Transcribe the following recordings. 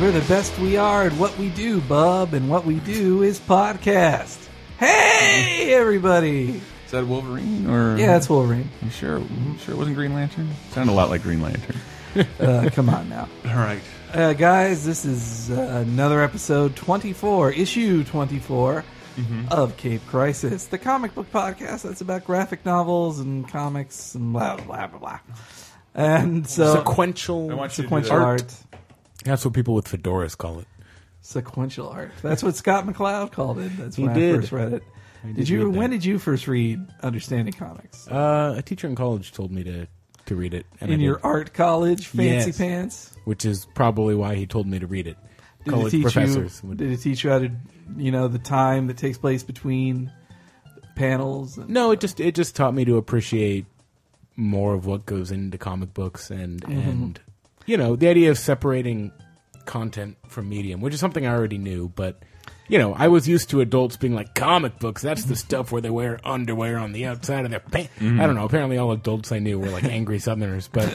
We're the best we are at what we do, bub, and what we do is podcast. Hey, everybody! Is that Wolverine or Yeah, it's Wolverine. You sure, you sure it wasn't Green Lantern. Sounded a lot like Green Lantern. Uh, come on now. All right, Uh, guys, this is uh, another episode 24, issue 24 Mm-hmm. of Cape Crisis, the comic book podcast that's about graphic novels and comics and blah, blah, blah, blah. And so, sequential. sequential art. That's what people with fedoras call it. Sequential art. That's what Scott McCloud called it. That's He when I did. first read it. Did, did you? read that. When did you first read Understanding Comics? Uh, a teacher in college told me to to read it, and I in did, your art college fancy Yes. pants? which is probably why he told me to read it. Did college it teach professors you? would- Did it teach you how to, you know, the time that takes place between panels? And, no, it just it just taught me to appreciate more of what goes into comic books and and you know the idea of separating content from medium, which is something I already knew, but. You know, I was used to adults being like comic books. That's the stuff where they wear underwear on the outside of their pants. I don't know. Apparently, all adults I knew were like angry Southerners, but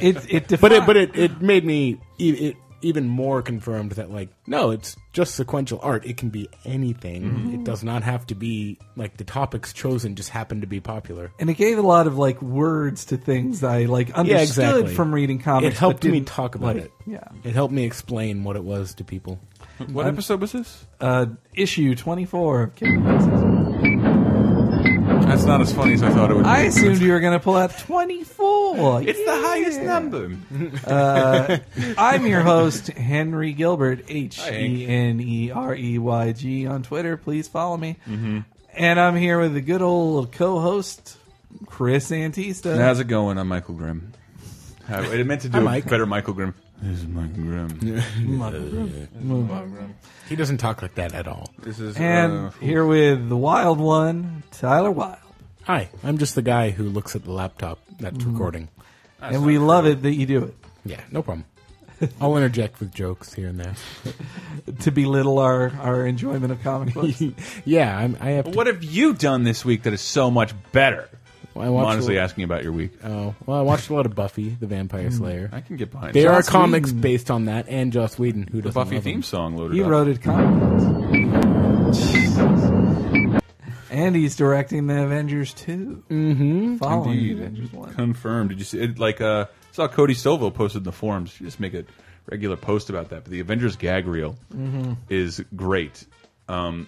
It it defi- but it but it, it made me e- it even more confirmed that like no it's just sequential art it can be anything Mm-hmm. it does not have to be like the topics chosen just happen to be popular and it gave a lot of like words to things that I like understood exactly. from reading comics. it helped but me didn't, talk about like, it Yeah, it helped me explain what it was to people What episode was this? uh, issue twenty four of Kingdom Crisis. That's not as funny as I thought it would. be. I assumed you were going to pull out twenty four. it's the highest number. I'm your host, Henry Gilbert, H Hi, Hank. E N E R E Y G on Twitter. Please follow me. And I'm here with the good old co host, Chris Antista. How's it going? I'm Michael Grimm. I I meant to do Hi, a Mike. better Michael Grimm. This is Michael Grimm. he doesn't talk like that at all This is and uh, here with the wild one, Tyler Wild. hi i'm just the guy who looks at the laptop that's Mm-hmm. recording and we love it that you do it yeah no problem i'll interject with jokes here and there to belittle our, our enjoyment of comic books. yeah I'm, i have to, what have you done this week that is so much better? I I'm watched a honestly lot- asking about your week. oh well i watched a lot of buffy the vampire Mm-hmm. slayer I can get behind. There Joss are comics Whedon. based on that, and Joss Whedon, who does Buffy theme song loaded He up. wrote it comic books. And he's directing the Avengers 2. Mm-hmm. Oh, Following Indeed. the Avengers 1. Confirmed. Did you see? It, like, uh, saw Cody Stovall posted in the forums. You just make a regular post about that. But the Avengers gag reel Mm-hmm. is great. Um,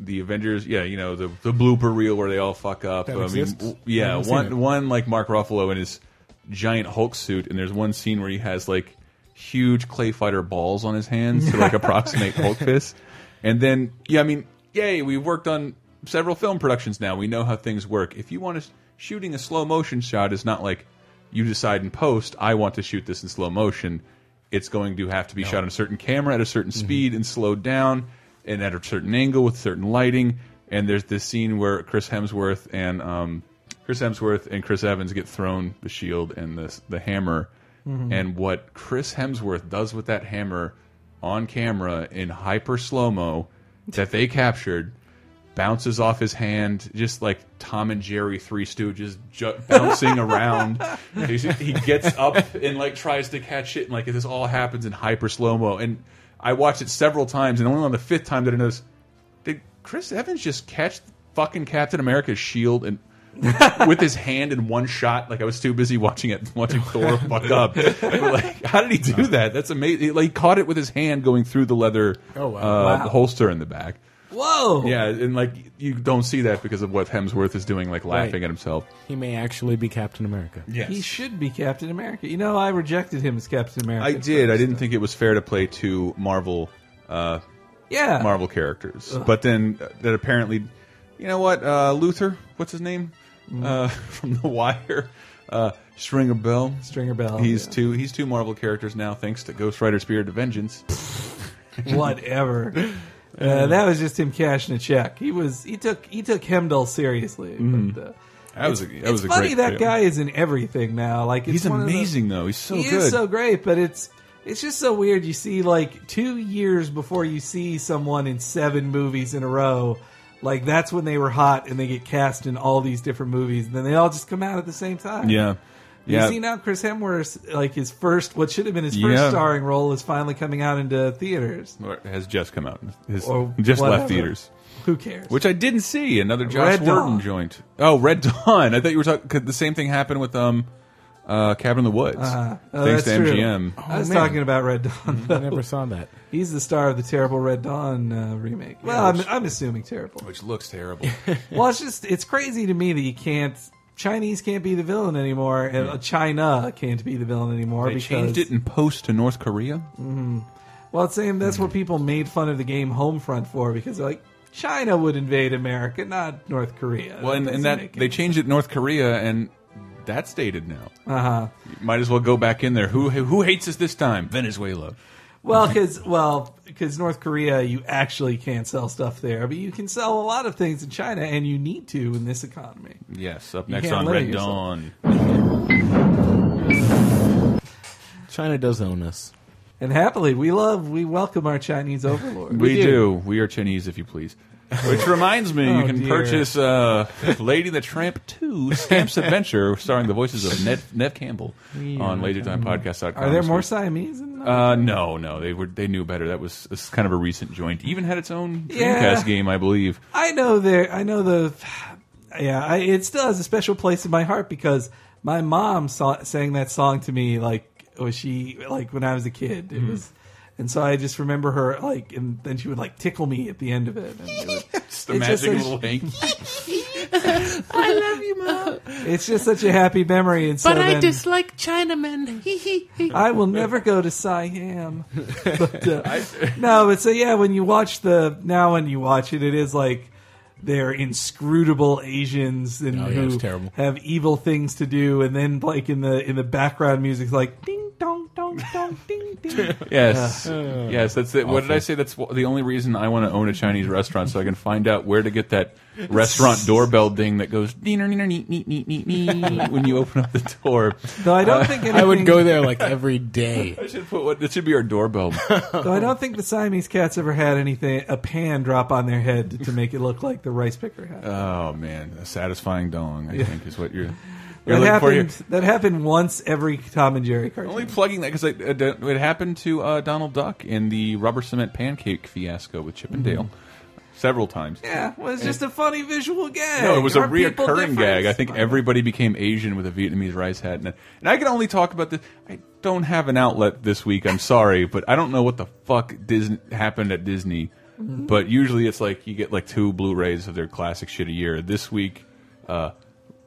the Avengers, yeah, you know the the blooper reel where they all fuck up. That I exists? mean, w- I yeah, haven't seen one it. one like Mark Ruffalo in his giant Hulk suit, and there's one scene where he has like huge clay fighter balls on his hands to like approximate Hulk fists. And then, yeah, I mean, yay, we've worked on several film productions now. We know how things work. If you want to shooting a slow motion shot is not like you decide in post, I want to shoot this in slow motion. It's going to have to be shot on a certain camera at a certain speed and slowed down and at a certain angle with certain lighting. And there's this scene where Chris Hemsworth and um, Chris Hemsworth and Chris Evans get thrown the shield and the the hammer, and what Chris Hemsworth does with that hammer on camera in hyper slow mo that they captured bounces off his hand, just like Tom and Jerry Three Stooges ju bouncing around. He's- he gets up and like tries to catch it, and like this all happens in hyper slow mo. And I watched it several times, and only on the fifth time did I notice did Chris Evans just catch fucking Captain America's shield and with his hand in one shot? Like I was too busy watching it, watching Thor fuck up. But, like, how did he do that? That's amazing. Like, he caught it with his hand going through the leather Oh, wow. uh, Wow. holster in the back. Whoa! Yeah, and like you don't see that because of what Hemsworth is doing, like laughing Right. at himself. He may actually be Captain America. Yes, He should be Captain America. You know, I rejected him as Captain America. I did. I didn't think it was fair to play two Marvel uh, Yeah. Marvel characters, but then uh, that apparently, you know what, uh, Luther, what's his name Mm-hmm. uh, from The Wire, uh, Stringer Bell. Stringer Bell. He's yeah. two. He's two Marvel characters now, thanks to Ghost Rider: Spirit of Vengeance. whatever. Uh, that was just him cashing a check. He was he took he took Hemdall seriously. But, uh, Mm-hmm. That was a, that was a funny great. that film. guy is in everything now. Like it's He's one of the- amazing though. He's so he good. is so great, but it's it's just so weird. You see like two years before you see someone in seven movies in a row. Like that's when they were hot and they get cast in all these different movies. And then they all just come out at the same time. yeah. Yeah. You see now Chris Hemsworth, like his first, what should have been his first Yeah. starring role, is finally coming out into theaters. Or has just come out. Has Or just whatever. left theaters. Who cares? Which I didn't see. Another Josh Red Whedon Dawn. joint. Oh, Red Dawn. I thought you were talking. Could the same thing happen with um, uh, Cabin in the Woods? Oh, Thanks to that's true. MGM. I was man. talking about Red Dawn. Mm-hmm. I never saw that. He's the star of the terrible Red Dawn uh, remake. Well, I'm, I'm assuming terrible. Which looks terrible. well, it's just it's crazy to me that you can't Chinese can't be the villain anymore, and uh, China can't be the villain anymore they because changed it in post to North Korea. well, it's saying that's Mm-hmm. what people made fun of the game Homefront for because they're like China would invade America, not North Korea. Well, and, and that they changed it in North Korea, and that's dated now. uh huh. You might as well go back in there. Who who hates us this time? Venezuela. Well, because well, 'cause North Korea, you actually can't sell stuff there, but you can sell a lot of things in China, and you need to in this economy. Yes, up next can't on limit Red yourself. Dawn. China does own us. And happily, we love, we welcome our Chinese overlords. We, do. do. We are Chinese, if you please. Which reminds me, Oh, you can dear. purchase uh, Lady the Tramp 2, Stamp's Adventure, starring the voices of Nev, Nev Campbell on LaserTimePodcast.com. Are there this more week. Siamese? In the- Uh, no, no, they were they knew better. That was it's kind of a recent joint. Even had its own Dreamcast Yeah. game, I believe. I know there. I know the. Yeah, I, it still has a special place in my heart because my mom saw, sang that song to me like was she like when I was a kid. It was, and so I just remember her like, and then she would like tickle me at the end of it. And it was- It's the It's just magic a- little thing. it's just such a happy memory. And so But I then- dislike Chinamen. Hee hee hee. I will never go to Siam. But, uh, no, but so yeah, when you watch the now when you watch it, it is like they're inscrutable Asians and Oh, yeah, who it's terrible. have evil things to do, and then like in the in the background music, like ding dong dong dong ding ding. Yes, Uh. yes. That's it. What did I say? That's wh- the only reason I want to own a Chinese restaurant so I can find out where to get that restaurant doorbell ding that goes "Deener, neener, neet, neet, neet, neet, neet," when you open up the door. Though I don't think anything, I would go there like every day. I should put what. It should be our doorbell. Though I don't think the Siamese cats ever had anything a pan drop on their head to, to make it look like the rice picker hat. oh man, a satisfying dong. I think is what you're. You're that looking for happened. here. That happened once every Tom and Jerry cartoon. Only plugging that because it happened to uh, Donald Duck in the rubber cement pancake fiasco with Chip and Dale several times. Yeah, well, it's just a funny visual gag. No, it was a Are people reoccurring different? gag. I think everybody became Asian with a Vietnamese rice hat, and and I can only talk about this. I don't have an outlet this week. I'm sorry, but I don't know what the fuck Disney happened at Disney. Mm-hmm. But usually it's like you get like two Blu-rays of their classic shit a year. This week, uh,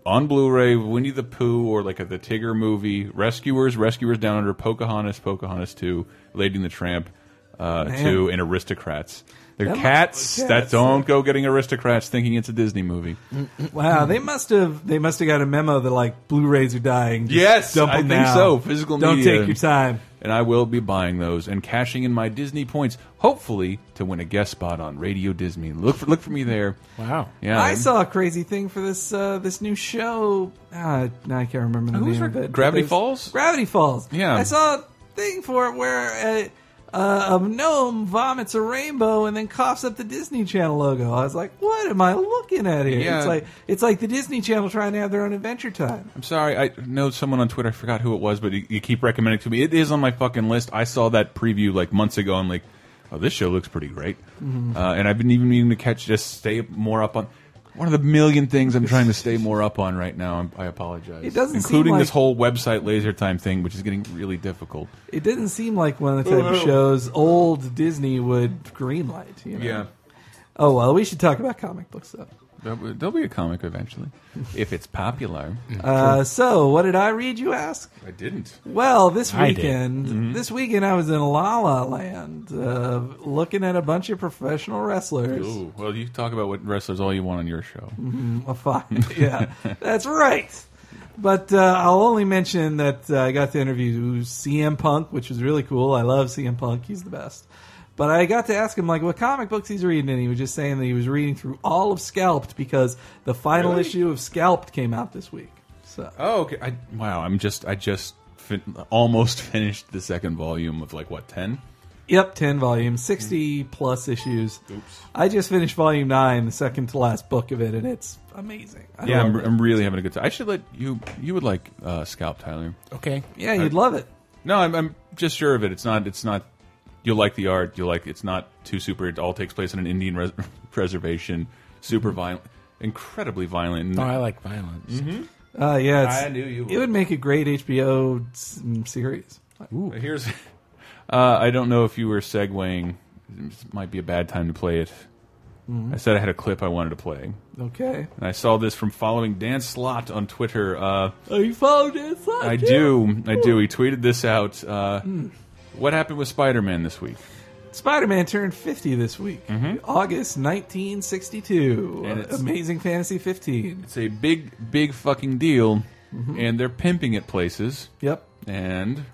on Blu-ray, Winnie the Pooh or like a, the Tigger movie, Rescuers, Rescuers Down Under, Pocahontas, Pocahontas Two, Lady and the Tramp uh, Man. Two, and Aristocrats. They're That must- cats yeah, that that's- don't go getting aristocrats thinking it's a Disney movie. Wow, they must have they must have got a memo that like Blu-rays are dying. Just Yes, dump I them think now. so. Physical Don't media. take your time. And I will be buying those and cashing in my Disney points, hopefully to win a guest spot on Radio Disney. Look for look for me there. Wow. Yeah, I saw a crazy thing for this uh, this new show. Ah, now I can't remember the Who's name her- of it. Gravity There's- Falls? Gravity Falls. Yeah. I saw a thing for it where a, uh, a gnome vomits a rainbow and then coughs up the Disney Channel logo. I was like, what am I looking at here? Yeah. It's like it's like the Disney Channel trying to have their own Adventure Time. I'm sorry. I know someone on Twitter. I forgot who it was, but you, you keep recommending it to me. It is on my fucking list. I saw that preview like months ago. I'm like, oh, this show looks pretty great. Mm-hmm. Uh, and I've been even meaning to catch just stay more up on. One of the million things I'm trying to stay more up on right now. I'm, I apologize. It doesn't seem including this like- whole website laser time thing, which is getting really difficult. It didn't seem like one of the type of shows old Disney would greenlight. You know? Yeah. Oh well, we should talk about comic book stuff. There'll there'll be a comic eventually, if it's popular. Uh, so, what did I read? You ask. Mm. I didn't. Well, this I did. weekend, Mm-hmm. this weekend I was in La La Land, uh, looking at a bunch of professional wrestlers. Ooh, well, you talk about what wrestlers all you want on your show. a five. yeah, that's right. But uh, I'll only mention that uh, I got to interview CM Punk, which was really cool. I love CM Punk; he's the best. But I got to ask him like what comic books he's reading, and he was just saying that he was reading through all of Scalped because the final Really? issue of Scalped came out this week. So Oh, okay. I, wow, I'm just I just fin- almost finished the second volume of like what ten. Yep, 10 volumes, 60 plus issues. I just finished volume 9, the second to last book of it, and it's amazing. I Yeah, love I'm, it. I'm really having a good time. I should let you. You would like uh, Scalp Tyler. Okay. yeah, you'd love it. No, I'm, I'm just sure of it. It's not. It's not. You'll like the art. You'll like. It's not too super. It all takes place in an Indian res reservation. Super violent, incredibly violent. Oh, I like violence. Mm-hmm, Uh, yeah, it's, I knew you It would. would make a great HBO s- series. But Here's. Uh, I don't know if you were segueing. This might be a bad time to play it. I said I had a clip I wanted to play, Okay. and I saw this from following Dan Slot on Twitter. Uh, Oh, you followed it? I do. I do. He tweeted this out. Uh, What happened with Spider-Man this week? Spider Man turned 50 this week, August 1962. Mm-hmm. And it's- Amazing Fantasy 15. It's a big, big fucking deal, and they're pimping it places. Yep. And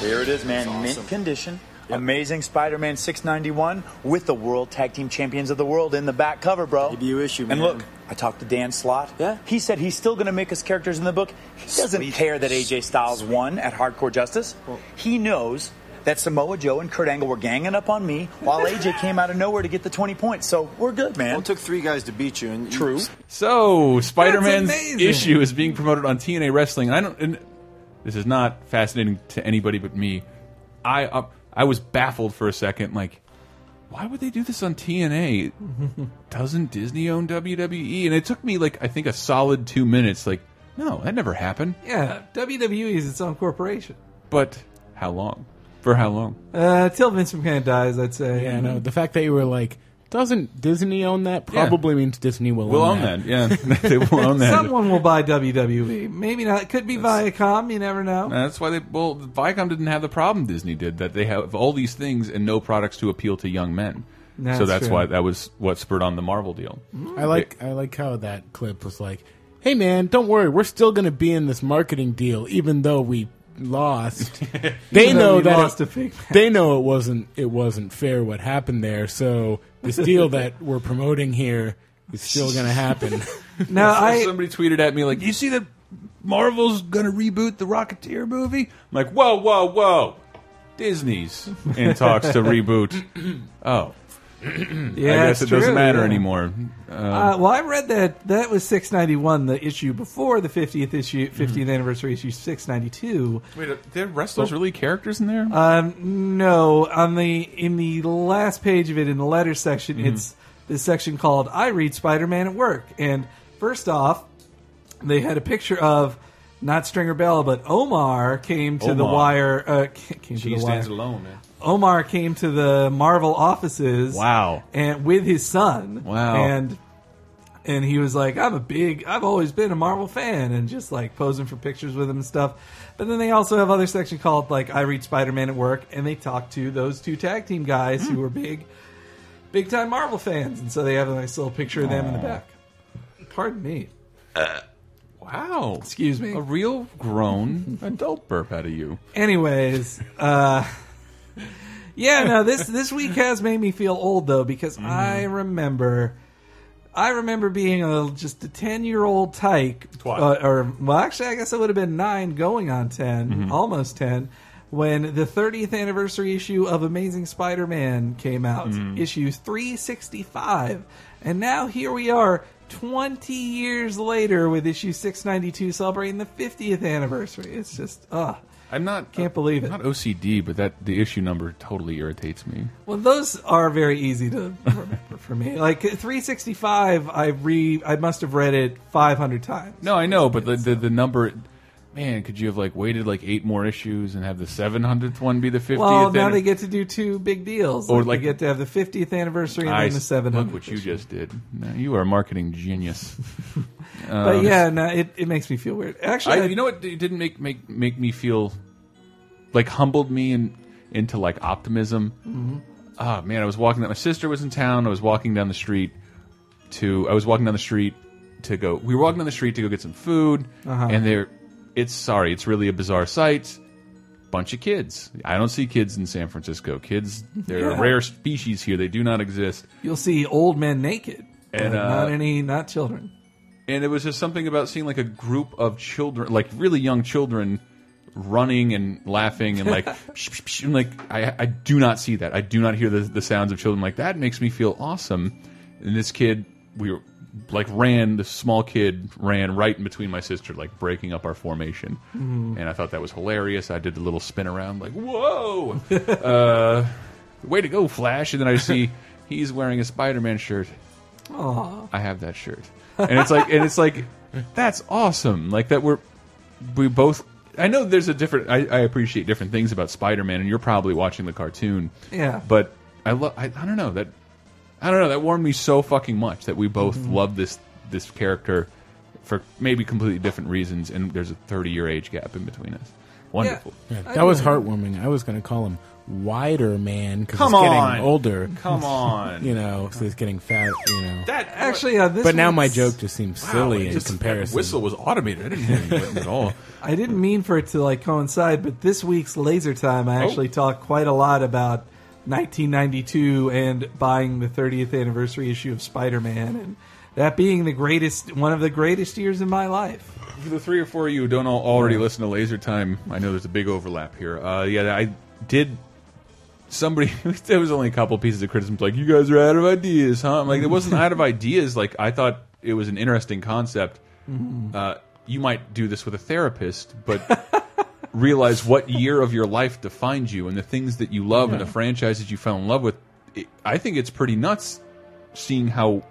There it is, man. Mint condition. Amazing Spider-Man 691 with the World Tag Team Champions of the World in the back cover, bro. Debut issue, And man. look, I talked to Dan Slott. Yeah? He said he's still going to make his characters in the book. He doesn't care that AJ Styles won at Hardcore Justice. He knows that Samoa Joe and Kurt Angle were ganging up on me while AJ came out of nowhere to get the 20 points. So we're good, Well, man. it took three guys to beat you, and True. so Spider-Man's That's amazing. issue is being promoted on TNA Wrestling. And I don't. And this is not fascinating to anybody but me. I uh, I was baffled for a second. Like, why would they do this on TNA? Doesn't Disney own WWE? And it took me like I think a solid two minutes. Like, no, that never happened. Yeah, WWE is its own corporation. But how long? For how long? Uh, till Vince McMahon dies, I'd say. Yeah, mm-hmm. no. The fact that you were like, doesn't Disney own that? Probably means Disney will We'll own, own that. Yeah, they will own that. Someone will buy WWE. Maybe not. It could be Viacom. You never know. And that's why they well Viacom didn't have the problem Disney did that they have all these things and no products to appeal to young men. That's so that's true. why that was what spurred on the Marvel deal. I like I like how that clip was like, "Hey man, don't worry, we're still going to be in this marketing deal, even though we lost. they Even though know we that lost it, a big match. they know it wasn't it wasn't fair what happened there. So this deal that we're promoting here is still going to happen. Now, I Somebody tweeted at me like, "You see that Marvel's gonna reboot the Rocketeer movie?" I'm like, "Whoa, whoa, whoa!" Disney's in talks to reboot. Oh, yeah, I guess it it's doesn't true, matter yeah. anymore. Uh, well, I read that that was 691, the issue before the 50th issue, 50th Mm-hmm. anniversary issue 692. Wait, uh, are wrestlers really characters in there? Um, no, on the in the last page of it in the letter section, Mm-hmm. it's this section called "I read Spider-Man at work." And first off, they had a picture of not Stringer Bell, but Omar came to the Omar. wire. Uh, ca- came to she the stands wire. alone, man. Omar came to the Marvel offices. Wow. And with his son. Wow. And and he was like, "I'm a big. I've always been a Marvel fan," and just like posing for pictures with him and stuff. But then they also have other section called like "I read Spider-Man at work," and they talk to those two tag team guys Hmm. who were big, big time Marvel fans, and so they have a nice little picture of them in the back. Pardon me. Wow. Excuse me. A real grown adult burp out of you. Anyways, uh, yeah, no this this week has made me feel old though because I remember, I remember being a just a ten year old tyke, Twat. uh, or well, actually, I guess I would have been nine, going on 10 almost ten, when the thirtieth anniversary issue of Amazing Spider Man came out, issue three sixty five, and now here we are. 20 years later with issue 692 celebrating the 50th anniversary it's just uh I'm not Can't believe it. Not OCD, but that the issue number totally irritates me. Well, those are very easy to remember for me. Like 365, I re I must have read it 500 times. No, I know, but the the, the number, man, could you have like waited like eight more issues and have the 700th one be the 50th? well, now and- they get to do two big deals. Or Like, like- they get to have the 50th anniversary and I then the s- 700. Look what you just did. Now, you are a marketing genius. But yeah, no, it, it makes me feel weird. Actually, I, I- you know what? It didn't make make make me feel like humbled me and into like optimism. Mm-hmm. Ah man, I was walking. My sister was in town. I was walking down the street to. I was walking down the street to go. We were walking down the street to go get some food, Uh-huh. and there. It's sorry, it's really a bizarre sight. Bunch of kids. I don't see kids in San Francisco. Kids, they're a Yeah. rare species here. They do not exist. you'll see old men naked. And, but not uh, any, not children. and it was just something about seeing like a group of children, like really young children, running and laughing and like psh, psh, psh, and like I, I do not see that. I do not hear the, the sounds of children like that makes me feel awesome. And this kid, we were like ran this small kid ran right in between my sister, like breaking up our formation. And I thought that was hilarious. I did the little spin around, like whoa, uh, way to go, Flash! And then I see he's wearing a Spider-Man shirt. I have that shirt. And it's like and it's like that's awesome. Like that we're we both I know there's a different I, I appreciate different things about Spider Man and you're probably watching the cartoon. Yeah. But I love I, I don't know, that I don't know, that warmed me so fucking much that we both love this this character for maybe completely different reasons and there's a thirty year age gap in between us. Wonderful. Yeah. I That was know. heartwarming. I was going to call him Wider Man because Come he's getting on. older. Come on. You know, so he's getting fat. You know, That Actually, uh, this but now my one's- joke just seems wow, silly it in just- that comparison. whistle was automated. I didn't hear any whistle at all. I didn't mean for it to like coincide, but this week's Laser Time, I actually talked quite a lot about 1992 and buying the 30th anniversary issue of Spider-Man, and that being the greatest, one of the greatest years in my life. For the three or four of you who don't al- already listen to Laser Time, I know there's a big overlap here. Uh, yeah, I did. Somebody, there was only a couple pieces of criticism, like you guys are out of ideas, huh? I'm like, it wasn't out of ideas. Like I thought it was an interesting concept. Mm-hmm. Uh, you might do this with a therapist, but realize what year of your life defined you and the things that you love and the franchises you fell in love with. It, I think it's pretty nuts seeing how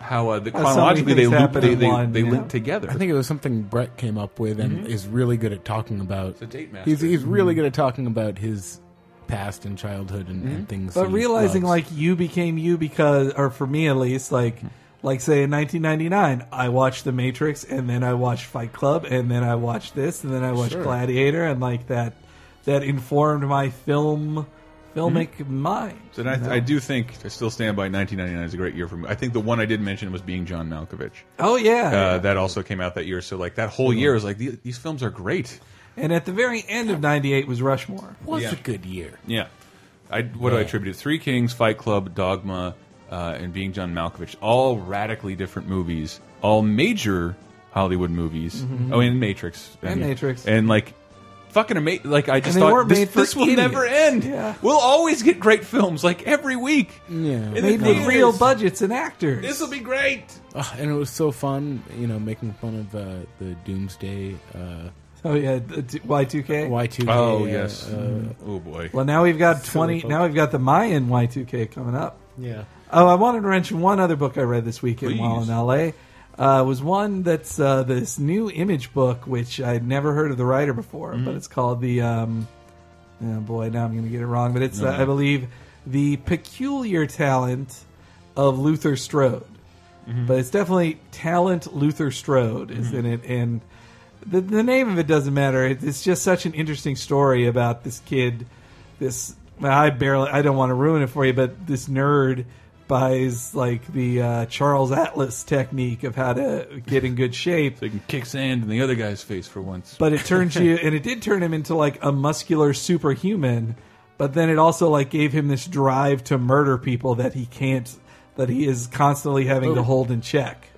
how uh, the, so many chronologically they things loop, happen they in they, one, they yeah. link together. I think it was something Brett came up with and is really good at talking about. a date master. He's, he's really good at talking about his past and childhood and, and things. But he realizing loves. like you became you because, or for me at least, like like say in 1999, I watched The Matrix, and then I watched Fight Club, and then I watched this, and then I watched Gladiator, and like that that informed my film filmic mind. And I, I do think I still stand by 1999 is a great year for me. I think the one I did mention was being John Malkovich. Oh yeah, Mm-hmm. Uh, that also came out that year. So like that whole year is like these, these films are great. and at the very end of '98 was Rushmore. was yeah. a good year. Yeah. I what do I attribute it? Three Kings, Fight Club, Dogma, uh, and Being John Malkovich. All radically different movies. All major Hollywood movies. Oh, and Matrix. Mm-hmm. And Matrix. And like. Fucking amazing! Like I just they thought weren't this, made for this will never idiots. end. Yeah. We'll always get great films, like every week. Yeah. In the Made with theaters. real budgets and actors. This will be great. Ugh, and it was so fun, you know, making fun of uh, the Doomsday uh, oh yeah, the t- Y2K. Y2K. Oh uh, yes. uh, oh boy. well, now we've got Silly twenty. folk. Now we've got the Mayan Y2K coming up. yeah. Oh, I wanted to mention one other book I read this weekend Please. while in LA. Uh, was one that's uh, this new image book, which I'd never heard of the writer before, Mm-hmm. but it's called the. Um, oh boy, now I'm going to get it wrong, but it's uh, I believe the peculiar talent of Luther Strode, but it's definitely talent Luther Strode is in it, and the, the name of it doesn't matter. It, it's just such an interesting story about this kid. This well, I barely I don't want to ruin it for you, but this nerd buys like the uh, Charles Atlas technique of how to get in good shape. They can kick sand in the other guy's face for once. But it turns you, and it did turn him into like a muscular superhuman. But then it also like gave him this drive to murder people that he can't, that he is constantly having to hold in check.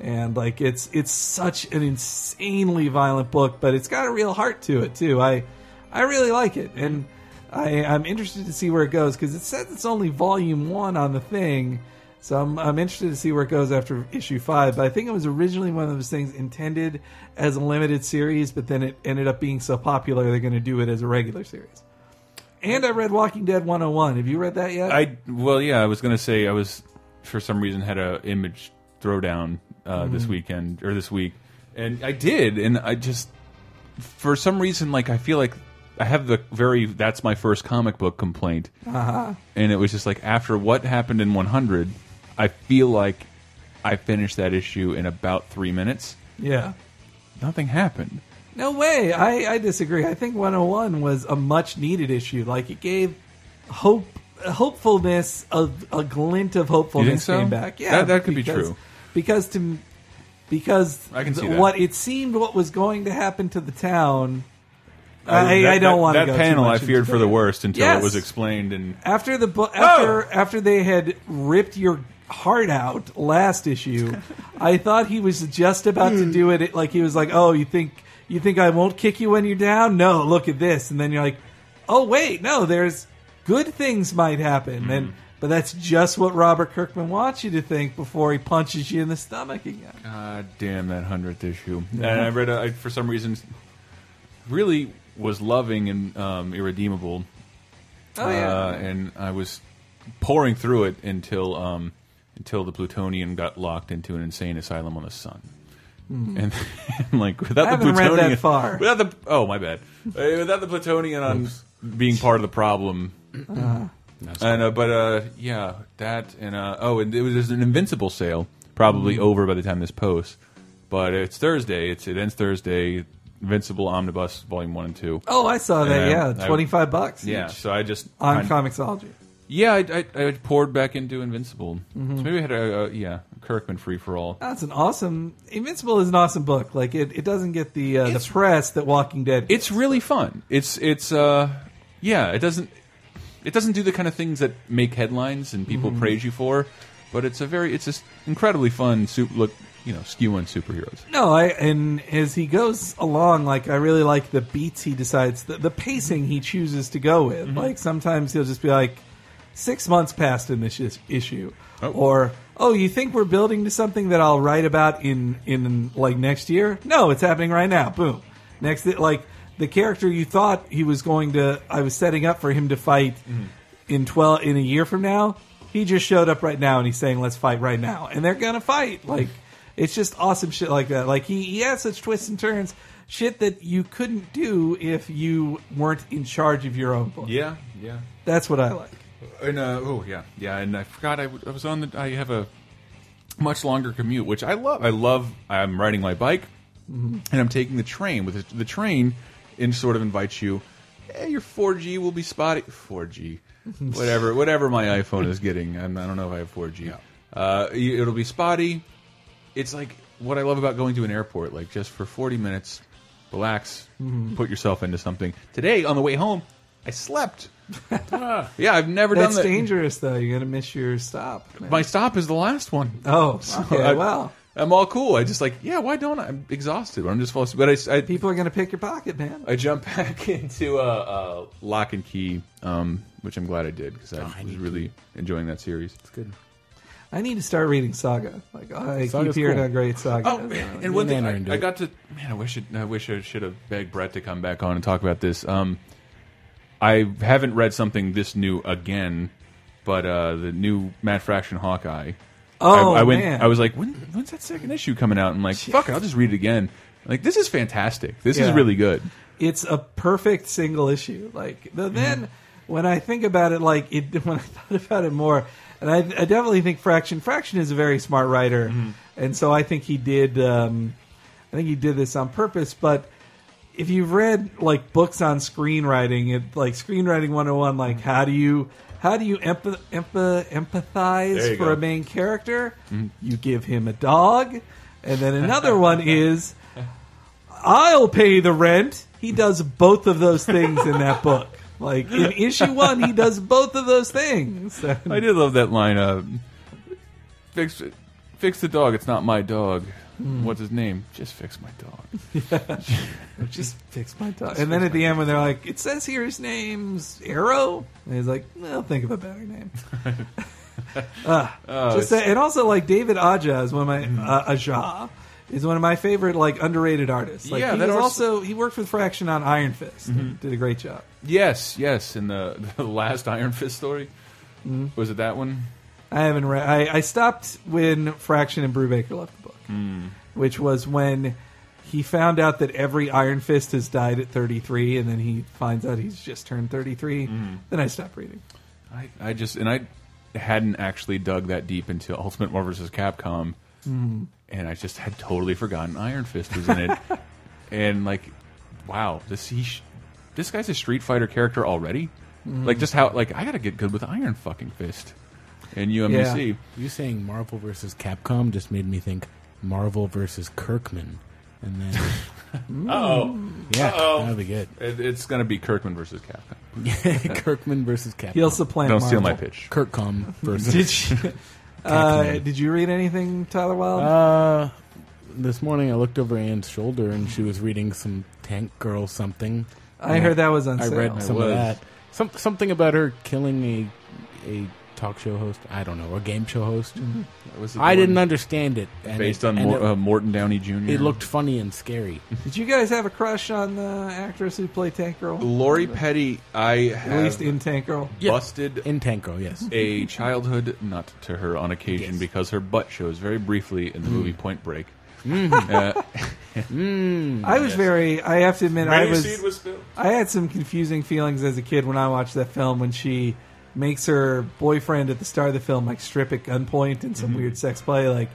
And like it's it's such an insanely violent book, but it's got a real heart to it too. I I really like it, and I, I'm interested to see where it goes because it says it's only volume one on the thing. So I'm, I'm interested to see where it goes after issue five. But I think it was originally one of those things intended as a limited series, but then it ended up being so popular they're going to do it as a regular series. And I read Walking Dead 101. Have you read that yet? I well, yeah. I was gonna say I was for some reason had a image throwdown uh, this weekend or this week, and I did, and I just for some reason like I feel like I have the very that's my first comic book complaint, and it was just like after what happened in 100, I feel like I finished that issue in about three minutes. yeah. Nothing happened. No way. I, I disagree. I think 101 was a much needed issue. Like it gave hope, hopefulness, a, a glint of hopefulness so? came back. Yeah, That- that could be because- true. Because to because I can see th- that. what it seemed what was going to happen to the town. I- I, that- I don't that- want that to go panel. Too I much feared into for the it. worst until Yes. it was explained, and After the book, after after they had ripped your heart out last issue, I thought he was just about to do it. Like he was like, "Oh, you think You think I won't kick you when you're down? No, look at this. And then you're like, oh wait, no, there's good things might happen. Mm-hmm. And but that's just what Robert Kirkman wants you to think before he punches you in the stomach again. God damn that hundredth issue. And I read, a- I for some reason, really was loving and um, irredeemable. Oh yeah. uh, and I was pouring through it until um, until the plutonium got locked into an insane asylum on the sun. And, and, like without Hmm. I the haven't read that plutonium, far. without the oh my bad, Uh, without the plutonium on being part of the problem. Uh-huh. And, uh, but uh, yeah, that and uh, oh, and it was, there's an invincible sale probably Hmm. over by the time this posts. But it's Thursday. It's it ends Thursday. Invincible Omnibus Volume One and Two. oh, I saw that. Yeah, Yeah, I- twenty five bucks. Yeah, each so I just on kind- Comixology. yeah, I, I, I poured back into Invincible. So maybe I had a, a yeah Kirkman free for all. That's an awesome. Invincible is an awesome book. Like it, it doesn't get the uh, the press that Walking Dead. gets. It's really fun. It's it's uh yeah. It doesn't it doesn't do the kind of things that make headlines and people praise you for, but it's a very it's just incredibly fun. Soup look you know skew on superheroes. No, I and as he goes along, like I really like the beats he decides, the, the pacing he chooses to go with. Mm-hmm. Like sometimes he'll just be like, six months passed in this is- issue, Oh. or oh, you think we're building to something that I'll write about in in like next year? No, it's happening right now. Boom. Next, like the character you thought he was going to, I was setting up for him to fight in twelve in a year from now. He just showed up right now and he's saying, "Let's fight right now," and they're gonna fight. Like it's just awesome shit like that. Like he, he has such twists and turns, shit that you couldn't do if you weren't in charge of your own book. Yeah, yeah. That's what I like. And uh, oh yeah, yeah. And I forgot I, w- I was on the. I have a much longer commute, which I love. I love. I'm riding my bike, and I'm taking the train. With the, the train, and sort of invites you. Eh, your 4G will be spotty. 4G, whatever, whatever my iPhone is getting. I'm, I don't know if I have 4G. Uh, you- it'll be spotty. It's like what I love about going to an airport. Like just for 40 minutes, relax, Mm-hmm. put yourself into something. Today on the way home, I slept. yeah, I've never That's done that. dangerous, though. You're gonna miss your stop. man. My stop is the last one. oh, okay. I- well, I'm all cool. I just like, yeah, why don't I? I'm exhausted. I'm just falling asleep. But I, I, people are gonna pick your pocket, man. I jump back into uh, uh, Lock and Key, um, which I'm glad I did because I was really enjoying that series. Good. I need to start reading Saga. Like I Saga's keep hearing cool. how great Saga. Oh is. man! And one thing Mandarin do I, I it. got to man, I wish it, I wish I should have begged Brett to come back on and talk about this. Um, I haven't read something this new again, but uh, the new Matt Fraction Hawkeye. Oh, I, I went. man. I was like, when, when's that second issue coming out? And like, fuck it, I'll just read it again. Like, this is fantastic. This is Yeah. really good. it's a perfect single issue. Like the, then, when I think about it, like it, when I thought about it more, and I, I definitely think Fraction. Fraction is a very smart writer, Mm-hmm. and so I think he did. Um, I think he did this on purpose. But if you've read like books on screenwriting, it like screenwriting 101, Mm-hmm. like how do you how do you empath, empath, There empathize you for go. Mm-hmm. a main character? You give him a dog, and then another one is. I'll pay the rent. He does both of those things in that book. Like in issue one, he does both of those things. I did love that line. Uh, fix, fix the dog. It's not my dog. Hmm. What's his name? Just fix my dog. Just fix my dog. And then at the end, when they're like, "It says here his name's Arrow," and he's like, "I'll think of a better name." Uh, Oh, Mm-hmm. Just that, and also like David Aja is one of my uh, Aja is one of my favorite like underrated artists. Like, Yeah, Mm-hmm. he that was also- also he worked with Fraction on Iron Fist. Did a great job. Yes, yes. In the, the last Iron Fist story, Mm-hmm. was it that one? I haven't read. I, I stopped when Fraction and Brubaker left the book, Hmm. which was when he found out that every Iron Fist has died at 33, and then he finds out he's just turned 33. Hmm. Then I stopped reading. I, I just and I hadn't actually dug that deep into Ultimate Marvel vs. Capcom, Mm-hmm. and I just had totally forgotten Iron Fist was in it. and like, wow, this he, sh- this guy's a Street Fighter character already. Mm-hmm. Like just how like I gotta get good with Iron fucking Fist, and UMBC. You saying Marvel versus Capcom just made me think Marvel versus Kirkman, and then Oh, yeah, Uh-oh. that'll be good. it, it's gonna be Kirkman versus Capcom. Kirkman versus Capcom. He'll supplant. Don't steal my Marvel. pitch. Kirkcom versus. Did you, uh, did you read anything, Tyler Wilde? uh, this morning I looked over Anne's shoulder and she was reading some Tank Girl something. I heard that was on I sale. read some was. of that. Some, something about her killing a a talk show host. I don't know, or game show host. Mm-hmm. Was it the I one didn't understand it. and Based it- on and Mor- it, uh, Morton Downey Jr. it looked funny and scary. Did you guys have a crush on the actress who played Tank Girl? Lori Petty. I At have least in Tank Girl. busted In Tank Girl, yes. a childhood nut to her on occasion Yes. because her butt shows very briefly in the movie Point Break. Uh, I was very. I have to admit, I Maybe was, seed was spilled. I had some confusing feelings as a kid when I watched that film when she makes her boyfriend at the start of the film like strip at gunpoint and some Mm-hmm. weird sex play like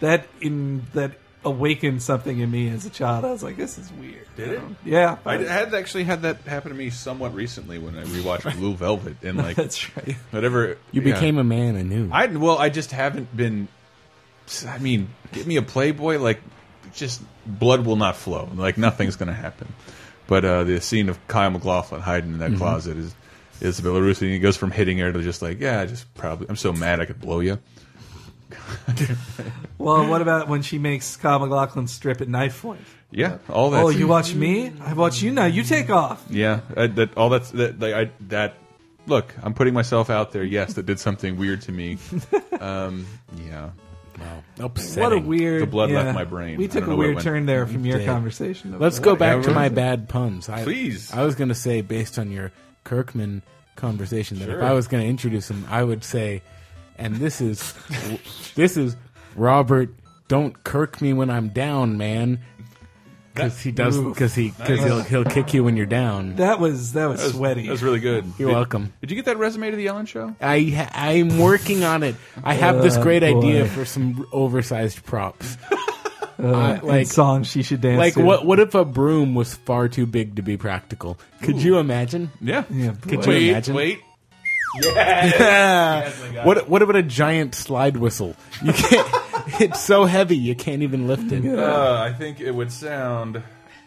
that. In that awakened something in me as a child. I was like, this is weird. Did it? Yeah, I d- had actually had that happen to me somewhat recently when I rewatched Blue Velvet and like that's right. whatever You yeah. became a man anew. I well, I just haven't been. I mean, give me a Playboy, like just blood will not flow, like nothing's going to happen. But uh, the scene of Kyle McLaughlin hiding in that Mm-hmm. closet is Isabella Russo, and he goes from hitting her to just like, yeah, I just probably, I'm so mad I could blow you. Well, what about when she makes Kyle McLaughlin strip at knife point? Yeah, all that. Oh, you watch me? I watch you now. You take off. Yeah, I, that all that's that like, I that. Look, I'm putting myself out there. Yes, that did something weird to me. Um, yeah, wow. Upsetting. What a weird. The blood left yeah. my brain. We I took don't a know where it weird went. turn there from your did. conversation. of Let's the- go back to my everyone? bad puns. I, Please. I was going to say, based on your Kirkman conversation, that if I was going to introduce him, I would say, and this is, this is Robert. Don't Kirk me when I'm down, man. Because he does. Because he because he'll he'll kick you when you're down. That was that was, That was, sweaty. That was really good. You're Did- welcome. Did you get that resume to the Ellen Show? I ha- I'm working on it. I have this Oh, great idea boy. for some oversized props. Uh, like- and songs she should dance. Like to. what? What if a broom was far too big to be practical? Could you imagine? Yeah. Yeah, boy. Could you Wait, imagine? wait. what what about a giant slide whistle? You can't. it's so heavy you can't even lift it. Uh, I think it would sound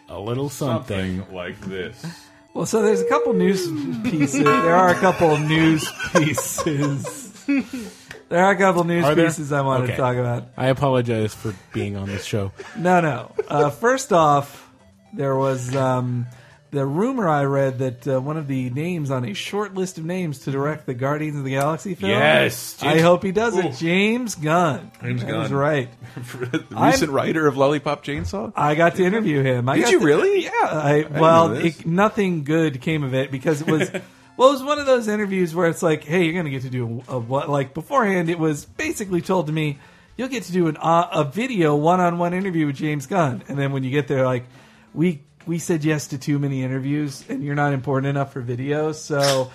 A little something. something like this. Well, so there's a couple news pieces. There are a couple news pieces. There are a couple news Are there? pieces I wanted Okay. to talk about. I apologize for being on this show. No, no. Uh, first off, there was um, the rumor I read that uh, one of the names on a short list of names to direct the Guardians of the Galaxy film. Yes, I James- hope he does it. Oof. James Gunn. James That Gunn. was right. the recent writer of Lollipop Chainsaw? I got to interview him. I Did got you to- really? Yeah. I, well, know this. it, nothing good came of it because it was. Well, it was one of those interviews where it's like, hey, you're going to get to do a, a what? Like beforehand, it was basically told to me, you'll get to do an uh, a video one on one interview with James Gunn, and then when you get there, like we we said yes to too many interviews, and you're not important enough for video, so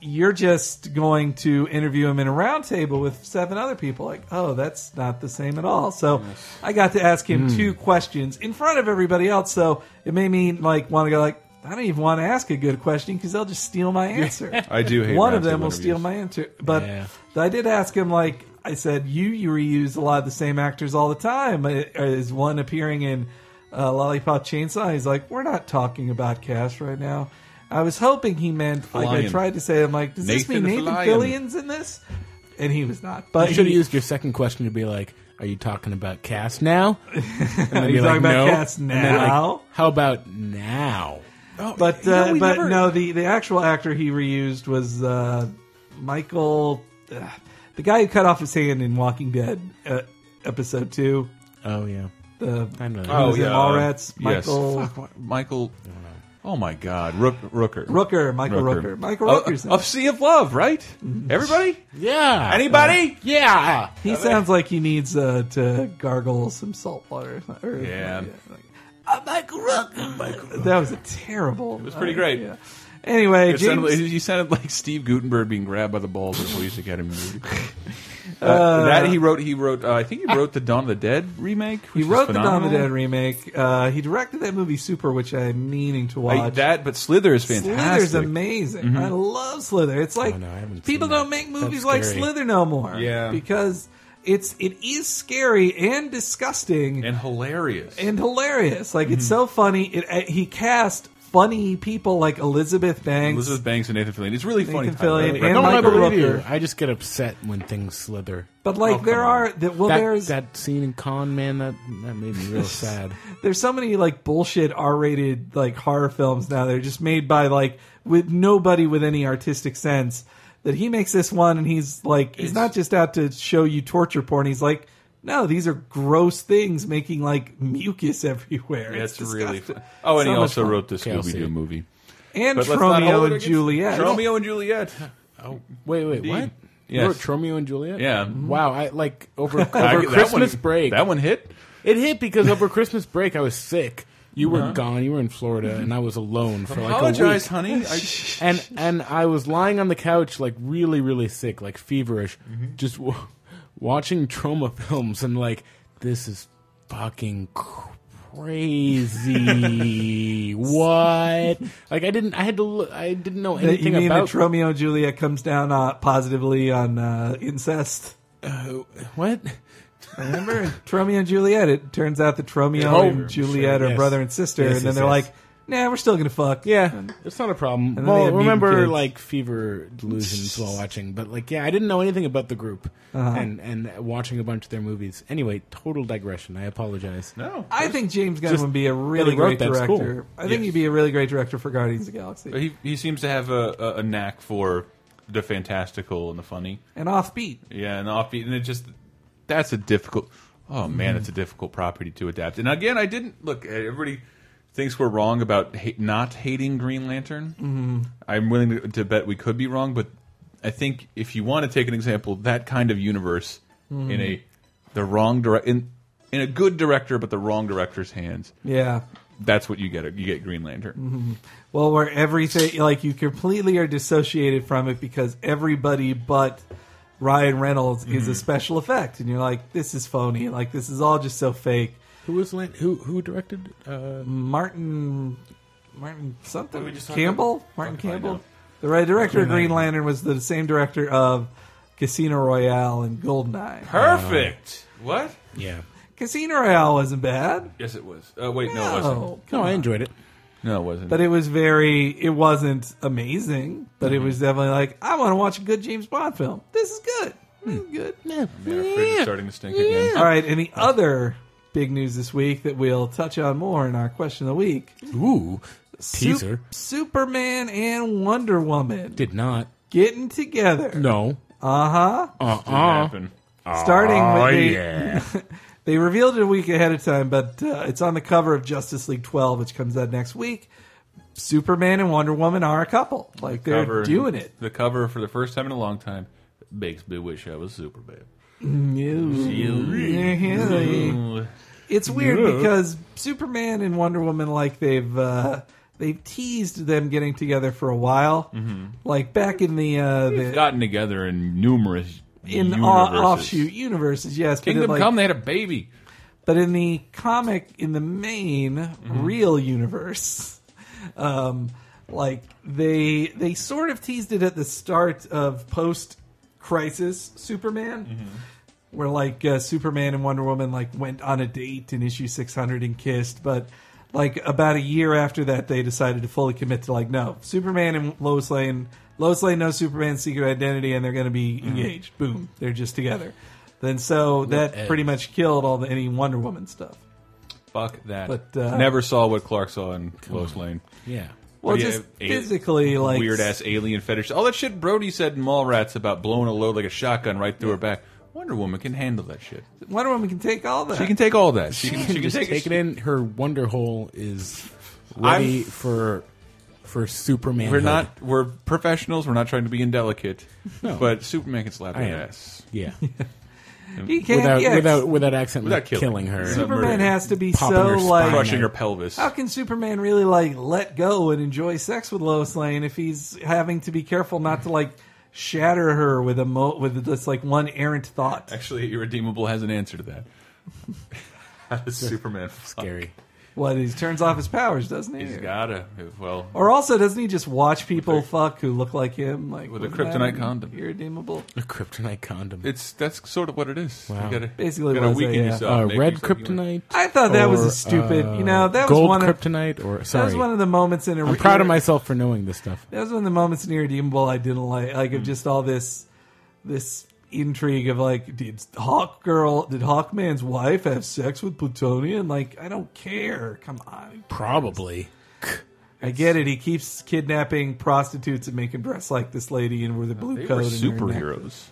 you're just going to interview him in a roundtable with seven other people. Like, oh, that's not the same at all. So I got to ask him Hmm. two questions in front of everybody else. So it made me like want to go like, I don't even want to ask a good question because they'll just steal my answer. I do hate One of roundtable them will interviews. steal my answer. But Yeah. I did ask him like I said, you you reuse a lot of the same actors all the time. Uh, Is one appearing in uh, Lollipop Chainsaw? He's like, we're not talking about cast right now. I was hoping he meant like I Fillion. tried to say. I'm like, does this Nathan mean Nathan Fillion. Fillion's in this? And he was not. But You should have he- used your second question to be like, "Are you talking about cast now?" And then Are be you talking about "No." cast And then, like, now? How about now? but you know, uh, we but never- no, the the actual actor he reused was uh, Michael, uh, the guy who cut off his hand in Walking Dead uh, episode two. Oh yeah, The I know. Oh, was in yeah. Mallrats, Yes. Michael- Fuck, what- Michael. Oh my God, Rook, Rooker. Oh, uh, Rooker, Michael Rooker, Michael Rooker's. Mm-hmm. in Of, of it. Sea of Love, right? Everybody? yeah. Uh, Anybody? yeah. he sounds like he needs uh, to gargle some salt water. Or, or- Yeah. like, "I'm Michael Rooker. That was a terrible. It was pretty great. Anyway, It James, sounded, like- you sounded like Steve Gutenberg being grabbed by the balls in a police academy movie. Uh, that he wrote, he wrote. Uh, I think he wrote the Dawn of the Dead remake. he which was wrote the Dawn of phenomenal. the Dead remake. Uh, he directed that movie Super, which I'm meaning to watch. I, that, but Slither is fantastic. Slither's amazing. I love Slither. It's like Mm-hmm. Oh, no, I haven't people seen that. don't make movies That's like scary. Slither no more. Yeah. because it's it is scary and disgusting. and hilarious. Mm-hmm. and hilarious. Like it's so funny. It, uh, he cast funny people like Elizabeth Banks. Elizabeth Banks and Nathan Fillion. It's really funny. Nathan Tyler. Fillion But- and No, I Michael believe you. Rooker. I just get upset when things slither. But like there are that well Oh, that, there's that scene in Con Man that that made me real sad. there's so many like bullshit R-rated like horror films now. They're just made by like with nobody with any artistic sense. That he makes this one and he's like he's not just out to show you torture porn. He's like, no, these are gross things making like mucus everywhere. Yeah, It's it's really disgusting. fun. Oh, So and he much also fun. wrote the Okay, I'll Scooby see Doo it. movie. and let's not hold Tromeo it and against- Juliet. Tromeo and Juliet. Oh wait, wait, what? Yes. You wrote Tromeo and Juliet. Mm-hmm. Yeah. Wow. I like over over I- that Christmas one, break. That one hit. It hit because over Christmas break I was sick. You were gone. You were in Florida, and I was alone for like a week. Uh-huh. Apologize, honey. I, and and I was lying on the couch, like really, really sick, like feverish, Mm-hmm. just w- watching trauma films, and like this is fucking crazy. what? Like I didn't, I had to, look, I didn't know That you anything mean about that Romeo and Juliet comes down uh, positively on uh, incest? what. Remember Romeo and Juliet? It turns out that Romeo Oh, and Juliet sure, are yes. brother and sister, Yes, and then yes, they're yes. like, "Nah, we're still gonna fuck." Yeah, it's not a problem. then they Well, had mutant remember kids. like fever delusions while watching, but like yeah, I didn't know anything about the group Uh-huh. and and watching a bunch of their movies. Anyway, total digression. I apologize. no. I think James Gunn would be a really that he wrote great that's director. cool. I think he'd be a really great director for Guardians of the Galaxy He, he seems to have a, a, a knack for the fantastical and the funny. and offbeat. Yeah, and offbeat, and it just that's a difficult. Oh man, that's a Mm-hmm. difficult property to adapt. And again, I didn't look. eh, Everybody thinks we're wrong about hate, not hating Green Lantern. Mm-hmm. I'm willing to, to bet we could be wrong, but I think if you want to take an example, of that kind of universe Mm-hmm. in a the wrong direct in in a good director, but the wrong director's hands. Yeah. That's what you get. You get Green Lantern. Mm-hmm. Well, where everything like you completely are dissociated from it because everybody but Ryan Reynolds is a Mm-hmm. special effect, and you're like, "This is phony. Like this is all just so fake." Who was Lan- who who directed? Uh, Martin Martin something we just talked Campbell about? Martin Fuck if I Campbell know. the right director of Green Lantern was the same director of Casino Royale and Goldeneye Perfect. what? yeah. Casino Royale wasn't bad Yes, it was. Uh, wait, no, it wasn't. no No, I enjoyed it. No, it wasn't. but it was very it wasn't amazing but Mm-hmm. it was definitely like I want to watch a good James Bond film this is good this Hmm. is good Man, our fridge is starting to stink again. all right any other big news this week that we'll touch on more in our question of the week Ooh, Sup- teaser Superman and Wonder Woman did not. getting together No. Uh huh. Uh Uh-huh. uh happen. Starting Oh with the, yeah. they revealed it a week ahead of time, but uh, it's on the cover of Justice League 12, which comes out next week. Superman and Wonder Woman are a couple. Like they're cover- doing it. The cover for the first time in a long time makes me wish I was super babe. Mm-hmm. It's weird because Superman and Wonder Woman, like they've uh, they've teased them getting together for a while. Like back in the uh, the Gotten together in numerous in o- universes. offshoot universes, yes. but it, Kingdom like- Come, they had a baby. But in the comic, in the main real universe, um, like they they sort of teased it at the start of post crisis Superman, where like uh, Superman and Wonder Woman like went on a date in issue six hundred and kissed, but. Like about a year after that, they decided to fully commit to like no Superman and Lois Lane. Lois Lane knows Superman's secret identity, and they're going to be Mm-hmm. engaged. Boom, they're just together. Then so that pretty much killed all the any Wonder Woman Oh, stuff. Fuck that. But, uh, Never saw what Clark saw in Lois Lane. yeah. Well, But yeah, just a- physically, like weird ass alien fetish. All that shit Brody said in Mallrats about blowing a load like a shotgun right through her back. Wonder Woman can handle that shit. Wonder Woman can take all that. She can take all that. She can, she can Just take, take, it. it in. Her wonder hole is ready for for Superman. We're not. We're professionals. We're not trying to be indelicate. No. But Superman can slap her I am. ass. Yeah. He can't. Without yeah, without without accidentally Without killing. killing. her. Superman murder. has to be Popping so her spine like. Crushing Right. her pelvis. How can Superman really like let go and enjoy sex with Lois Lane if he's having to be careful not to like shatter her with a mo with this like one errant thought? Actually, Irredeemable has an answer to that. How does Superman fuck? Scary. What he turns off his powers, doesn't he? He's gotta. Well, or also, doesn't he just watch people fuck who look like him, like With a wouldn't that kryptonite be condom. irredeemable? A kryptonite condom. it's that's sort of what it is. Wow. You gotta, Basically you gotta what I say, weaken yeah. yourself. uh, make red yourself human. kryptonite. I thought that was or, uh, a stupid. you know, that was gold one of kryptonite or sorry. that was one of the moments in. A, I'm proud of myself for knowing this stuff. That was one of the moments in Irredeemable I didn't like, like Hmm. of just all this, this intrigue of like, did Hawk Girl, did Hawkman's wife have sex with Plutonian? Like, I don't care. Come on, Probably. I get it. He keeps kidnapping prostitutes and making dress like this lady and with a blue They coat. were and her neck- superheroes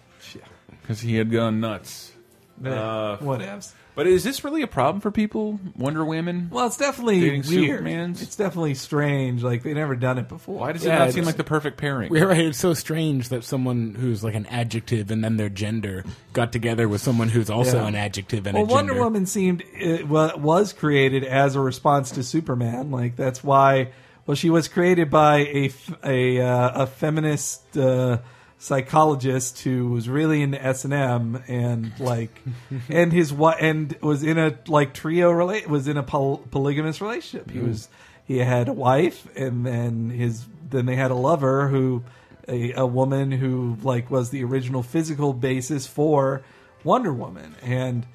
because he had gone nuts. Uh, Yeah, whatevs. But is this really a problem for people? Wonder Women. Well, it's definitely Dating weird. Supermans? It's definitely strange. Like they've never done it before. Why does Yeah, it not seem it's- like the perfect pairing? We're right. It's so strange that someone who's like an adjective and then their gender got together with someone who's also Yeah. an adjective and Well, a Wonder gender. Woman seemed it wa- was created as a response to Superman. Like that's why. Well, she was created by a f- a, uh, a feminist uh, psychologist who was really into S and M and like and his what and was in a like trio relate was in a poly- polygamous relationship. Mm. He was he had a wife and then his then they had a lover who a, a woman who like was the original physical basis for Wonder Woman and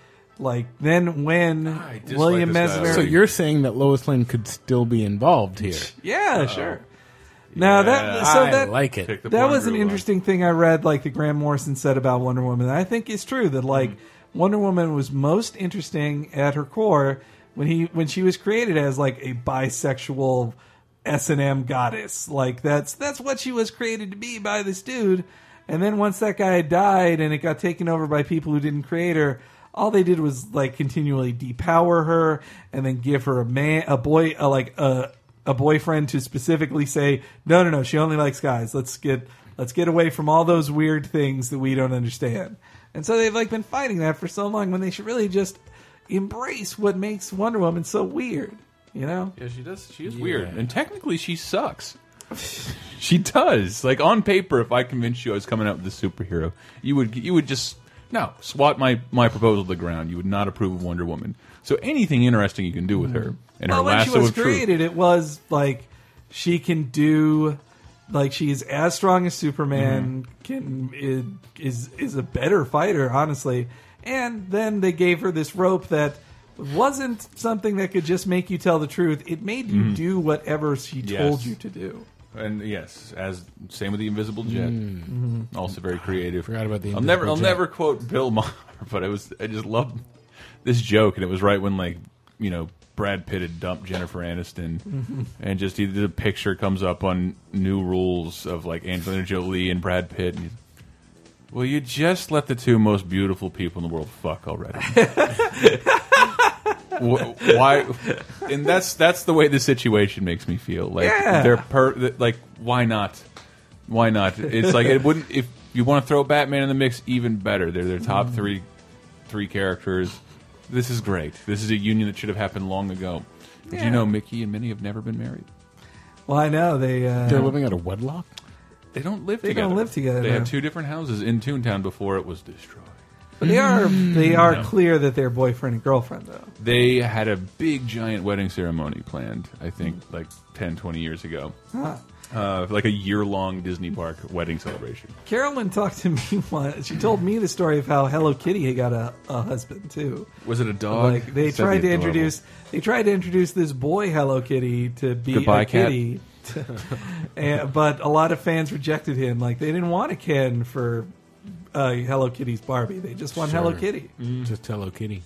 like then when dislike William this guy Mesner So you're saying that Lois Lane could still be involved here? yeah sure now that so Uh, I that like it. Pick the that Wonder was an Woman. interesting thing I read like the Graham Morrison said about Wonder Woman that I think is true that like Wonder Woman was most interesting at her core when he when she was created as like a bisexual S&M goddess like that's that's what she was created to be by this dude and then once that guy died and it got taken over by people who didn't create her, all they did was like continually depower her and then give her a man, a boy, a, like a a boyfriend to specifically say, no, no, no, she only likes guys. Let's get let's get away from all those weird things that we don't understand. And so they've like been fighting that for so long when they should really just embrace what makes Wonder Woman so weird. You know, Yeah, she does. She is weird, and technically, she sucks. she does. Like on paper, if I convinced you I was coming out with a superhero, you would you would just no swat my my proposal to the ground. You would not approve of Wonder Woman. So anything interesting you can do with her and her well, when she lasso was of truth. created, it was like she can do, like she's as strong as Superman. Mm-hmm. Can i- is is a better fighter, honestly. And then they gave her this rope that wasn't something that could just make you tell the truth. It made you do whatever she Mm-hmm. Yes. told you to do. And yes, as same with the Invisible Jet, Mm-hmm. also very creative. Hmm. forgot about the I'll never, Invisible I'll Jet. never quote Bill Maher, but I was, I just loved this joke, and it was right when like you know Brad Pitt had dumped Jennifer Aniston, Mm-hmm. and just either the picture comes up on New Rules of like Angelina Jolie and Brad Pitt. And he's, Will you just let the two most beautiful people in the world fuck already? Wh- why and that's that's the way the situation makes me feel like Yeah. they're per th- like why not why not it's like it wouldn't if you want to throw batman in the mix even better they're their top Mm-hmm. three three characters this is great this is a union that should have happened long ago did Yeah. you know mickey and minnie have never been married Well, I know they. Uh, They're living out of wedlock. they don't live They together don't live together, they no. have two different houses in toontown before it was destroyed but they are they Mm-hmm. are clear that they're boyfriend and girlfriend though. they had a big giant wedding ceremony planned i think like 10 20 years ago uh, like a year-long disney park wedding celebration Carolyn talked to me once. She told me the story of how Hello Kitty got a, a husband too. was it a dog Like they That'd be tried to adorable. introduce, they tried to introduce this boy Hello Kitty to be Goodbye, a cat. kitty, and, but a lot of fans rejected him. Like they didn't want a Ken for uh, Hello Kitty's Barbie. They just want Hello Sure. Mm. Kitty. Just hello kitty.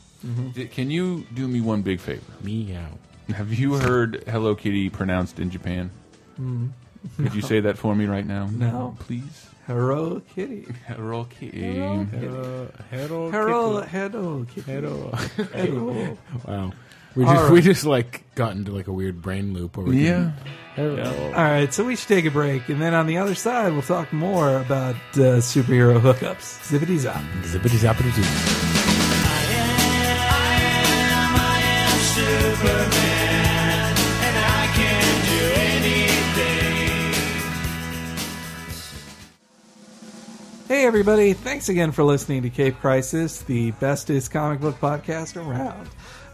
D- can you do me one big favor Meow. have you heard hello kitty pronounced in japan could you say that for me right now Hmm. No. please Hello Kitty. hello kitty hello. Hello, hello Kitty. Hello. Wow. We All just we right. just like got into like a weird brain loop where we yeah can, All right, so we should take a break, and then on the other side, we'll talk more about uh, superhero hookups. Zippity's up. zippity zappity zoo. Hey, Hey, everybody. Thanks again for listening to Cape Crisis, the bestest comic book podcast around.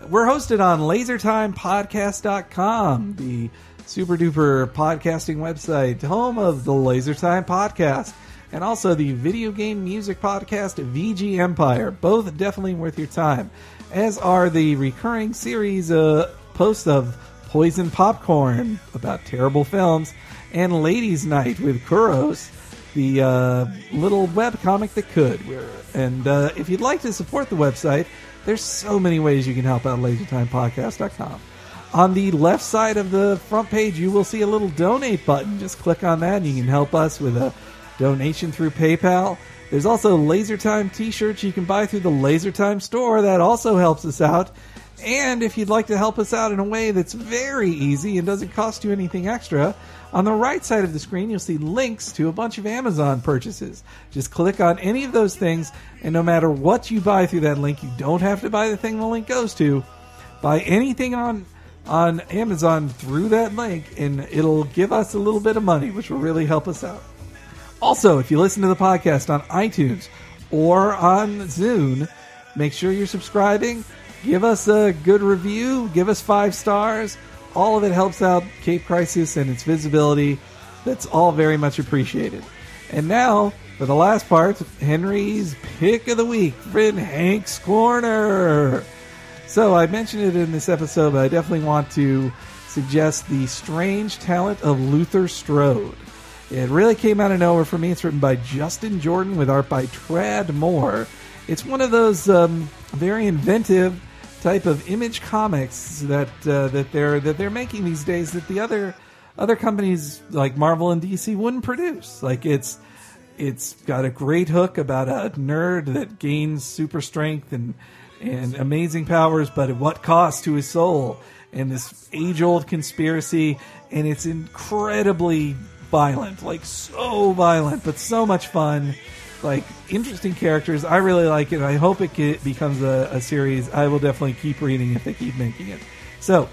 We're hosted on lasertimepodcast.com, the super duper podcasting website, home of the Lasertime Podcast, and also the video game music podcast VG Empire. Both definitely worth your time, as are the recurring series uh, posts of Poison Popcorn about terrible films, and Ladies' Night with Kuros, the uh, little web comic that could. We're- And uh, if you'd like to support the website, there's so many ways you can help out LaserTimePodcast.com. On the left side of the front page, you will see a little donate button. Just click on that, and you can help us with a donation through PayPal. There's also LaserTime t-shirts you can buy through the LaserTime store. That also helps us out. And if you'd like to help us out in a way that's very easy and doesn't cost you anything extra, on the right side of the screen you'll see links to a bunch of Amazon purchases. Just click on any of those things, and no matter what you buy through that link, you don't have to buy the thing the link goes to. Buy anything on on Amazon through that link, and it'll give us a little bit of money, which will really help us out. Also, if you listen to the podcast on iTunes or on Zune, make sure you're subscribing. Give us a good review. Give us five stars. All of it helps out Cape Crisis and its visibility. That's all very much appreciated. And now, for the last part, Henry's pick of the week from Hank's Corner. So I mentioned it in this episode, but I definitely want to suggest the strange talent of Luther Strode. It really came out of nowhere for me. It's written by Justin Jordan with art by Trad Moore. It's one of those um, very inventive type of image comics that uh, that they're that they're making these days that the other other companies like Marvel and DC wouldn't produce. Like it's it's got a great hook about a nerd that gains super strength and and amazing powers, but at what cost to his soul? And this age old conspiracy, and it's incredibly violent, like so violent, but so much fun. Like interesting characters, I really like it. I hope it ge- becomes a, a series. I will definitely keep reading if they keep making it. So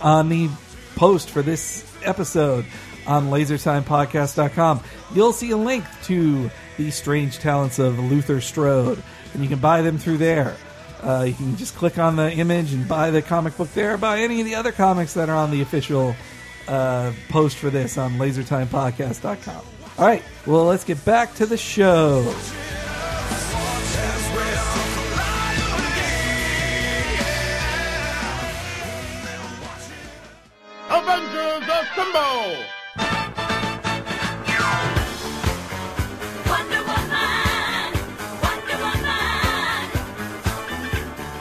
on the post for this episode on lasertimepodcast.com. You'll see a link to the strange talents of Luther Strode, and you can buy them through there. Uh, you can just click on the image and buy the comic book there, buy any of the other comics that are on the official uh, post for this on lasertimepodcast.com. All right, well, let's get back to the show. Avengers Assemble! Wonder Woman, Wonder Woman,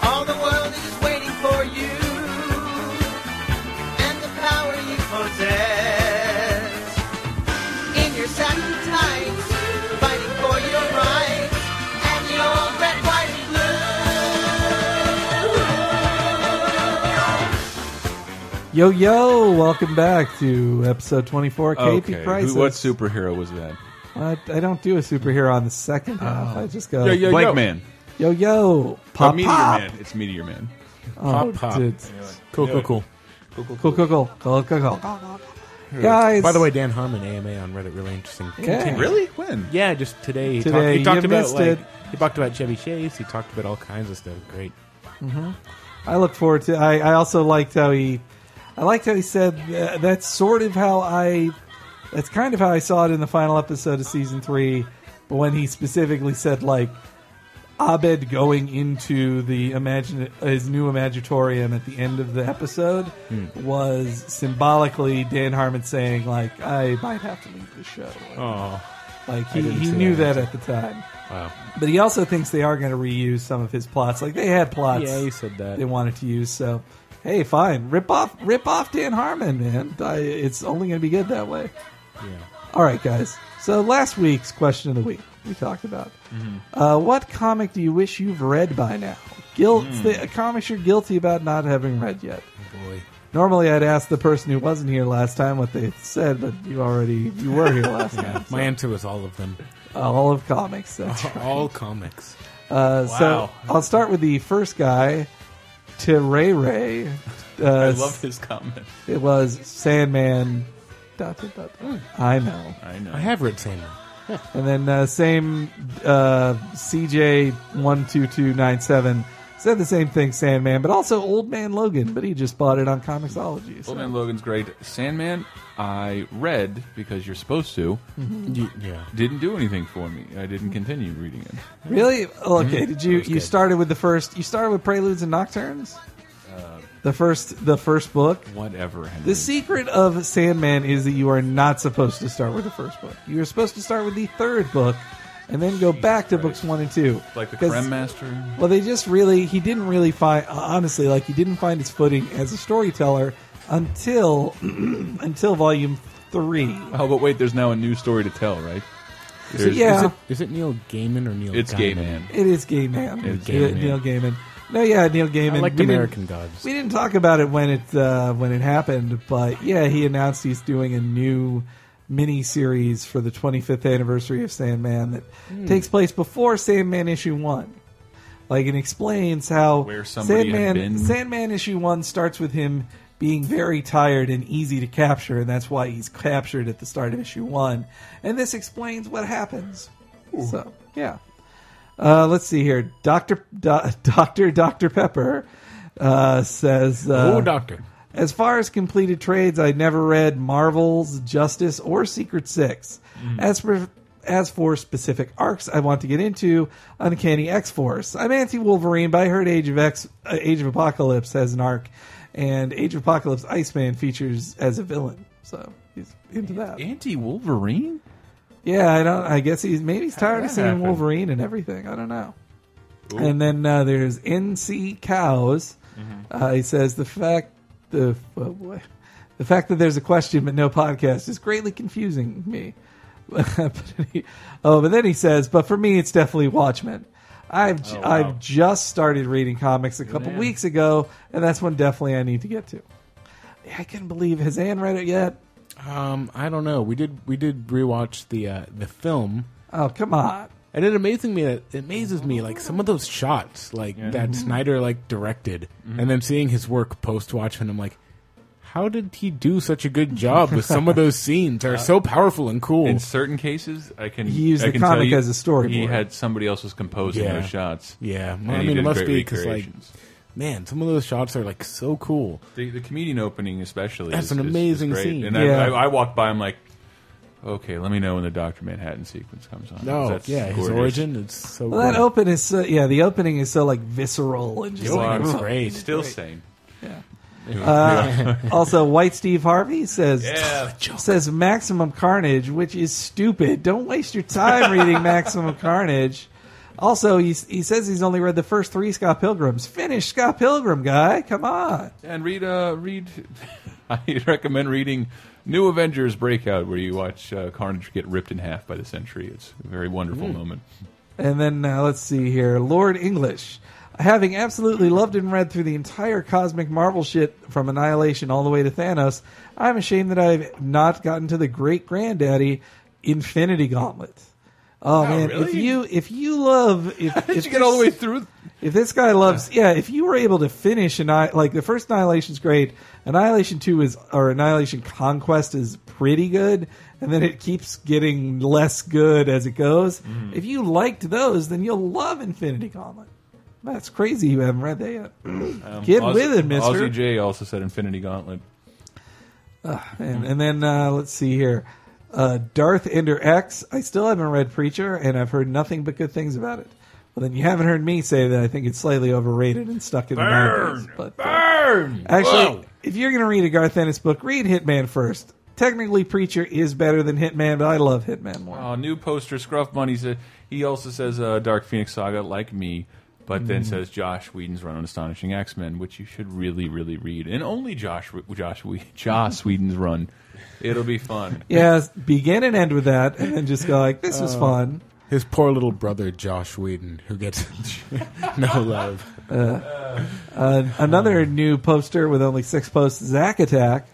All the world is waiting for you and the power you possess. In your satin tights, fighting for your rights and the old red, white, and Yo, yo, welcome back to episode 24 KP Okay, Crisis. who, what superhero was that? I, I don't do a superhero on the second half. I just go, Blank Oh. yo. Man. Yo yo, Oh, pop Meteor pop. Man. It's Meteor Man. Oh, Pop, pop. dudes. Cool, cool, cool. Cool, cool, cool, cool, cool, cool. Guys, By the way, Dan Harmon AMA on Reddit, really interesting. Yeah. Continue. Really? When? Yeah, just today. He Today, you talked, he talked about missed it. like, he talked about Chevy Chase. He talked about all kinds of stuff. Great. I look forward to. I, I also liked how he, I liked how he said uh, that's sort of how I, that's kind of how I saw it in the final episode of season three, but when he specifically said like. Abed going into the imagine his new imagitorium at the end of the episode Hmm. was symbolically Dan Harmon saying like I might have to leave the show. Oh, Like he, didn't he see knew that. that at the time. wow. But he also thinks they are going to reuse some of his plots. Like they had plots Yeah, he said that. they wanted to use. So hey, fine, rip off, rip off Dan Harmon, man. I, it's only going to be good that way. Yeah. All right, guys. So last week's question of the week we talked about Mm-hmm. uh, what comic do you wish you've read by now? Guilt, Hmm. the comics you're guilty about not having read yet. Oh, Boy. Normally, I'd ask the person who wasn't here last time what they said, but you already you were here last time. My answer was all of them. All of comics. So. All comics. Uh, Wow. So I'll start with the first guy, Ray Ray. Uh, I love his comment. It was Sandman. Dot, dot, dot, dot. I know. I know. I have read Sandman. And then uh, same uh, CJ one two two nine seven said the same thing, Sandman, but also Old Man Logan, but he just bought it on Comixology. So. Old Man Logan's great. Sandman, I read because you're supposed to. yeah. Didn't do anything for me. I didn't continue reading it. Really? Oh, Mm-hmm. okay. Did you was you good. started with the first? You started with Preludes and Nocturnes. Uh, the first the first book. Whatever. Henry. The secret of Sandman is that you are not supposed to start with the first book. You are supposed to start with the third book, and then go back to Christ. books one and two. like the 'Cause- Creme Master. Well, they just really he didn't really find honestly like he didn't find his footing as a storyteller until until volume three. Oh, but wait, there's now a new story to tell, right? So, There's- yeah, Is it, is it Neil Gaiman or Neil? It's Gaiman? Gay Man. it is Gay Man. It's Yeah, Gaiman. Neil Gaiman. No, yeah, Neil Gaiman. I liked We didn't- American Gods. We didn't talk about it when it uh, when it happened, but yeah, he announced he's doing a new mini series for the 25th anniversary of Sandman that takes place before Sandman issue one. Like it explains how Where somebody had Sandman been. Sandman issue one starts with him being very tired and easy to capture, and that's why he's captured at the start of issue one. And this explains what happens. So yeah. Uh, let's see here. Doctor Do- Doctor Doctor Pepper uh, says, uh, oh, Doctor. as far as completed trades, I never read Marvel's Justice or Secret Six. As for as for specific arcs, I want to get into Uncanny X Force. I'm anti Wolverine, but I heard Age of X uh, Age of Apocalypse has an arc, and Age of Apocalypse Iceman features as a villain. So he's into that. Anti Wolverine? Yeah, I don't. I guess he's maybe he's tired of that seeing happen? Wolverine and everything. I don't know. And then uh, there's NC cows. Mm-hmm. Uh, he says the fact the oh boy, the fact that there's a question but no podcast is greatly confusing me. but he, oh, but then he says, but for me, it's definitely Watchmen. I've j- Oh, wow. I've just started reading comics a couple man. weeks ago, and that's one definitely I need to get to. I couldn't believe has Anne read it yet. Um, I don't know. We did we did rewatch the uh, the film, Oh come on. and it amazing me that it amazes me like some of those shots like that Mm-hmm. Snyder like directed, Mm-hmm. and then seeing his work post Watchmen, I'm like. How did he do such a good job with some of those scenes? Uh, They're so powerful and cool. In certain cases, I can. He used I the can tell comic you as a storyboard. He had somebody else was composing Yeah. those shots. Yeah, And well, I he mean, it did must great be because like, recreations. man, some of those shots are like so cool. the, the comedian opening, especially, That's is- an is- is amazing great. scene. And Yeah. I, I, I walked by. I'm like, okay, let me know when the Doctor Manhattan sequence comes on. 'cause No, that's yeah, his gorgeous. origin it's so. Well, that cool. open is so, yeah. The opening is so like visceral and just The like, opening's ugh. great. Still sane. Yeah. Yeah. Also, White Steve Harvey says Yeah. says Maximum Carnage, which is stupid. Don't waste your time reading Maximum Carnage. Also, he, he says he's only read the first three Scott Pilgrims. Finish Scott Pilgrim, guy. Come on. And read, uh, read. I recommend reading New Avengers Breakout, where you watch uh, Carnage get ripped in half by the Sentry. It's a very wonderful moment. And then uh, let's see here, Lord English, having absolutely loved and read through the entire cosmic Marvel shit from Annihilation all the way to Thanos, I'm ashamed that I've not gotten to the great granddaddy, Infinity Gauntlet. Oh man, if really? you if you love if, Did if you get all the way this- through? if this guy loves, yeah. if you were able to finish and like the first Annihilation's great, Annihilation two is or Annihilation Conquest is pretty good, and then it keeps getting less good as it goes. If you liked those, then you'll love Infinity Gauntlet. That's crazy. You haven't read that yet. Get Ozzy- with it, Mister. Ozzy J also said Infinity Gauntlet. And, and then uh, let's see here. Uh, Darth Ender X. I still haven't read Preacher, and I've heard nothing but good things about it. Well, then you haven't heard me say that I think it's slightly overrated and stuck in the 90s. But, burn! Actually, if you're going to read a Garth Ennis book, read Hitman first. Technically, Preacher is better than Hitman, but I love Hitman more. Uh, new poster Scruff Bunny said he also says uh, Dark Phoenix Saga like me, but then Mm. says Josh Whedon's run on Astonishing X Men, which you should really really read, and only Josh Josh Whe- Josh Whedon's run. It'll be fun. Yes, begin and end with that, and then just go like, this was fun. His poor little brother Josh Whedon, who gets no love. Uh, another Um, new poster with only six posts, Zack Attack.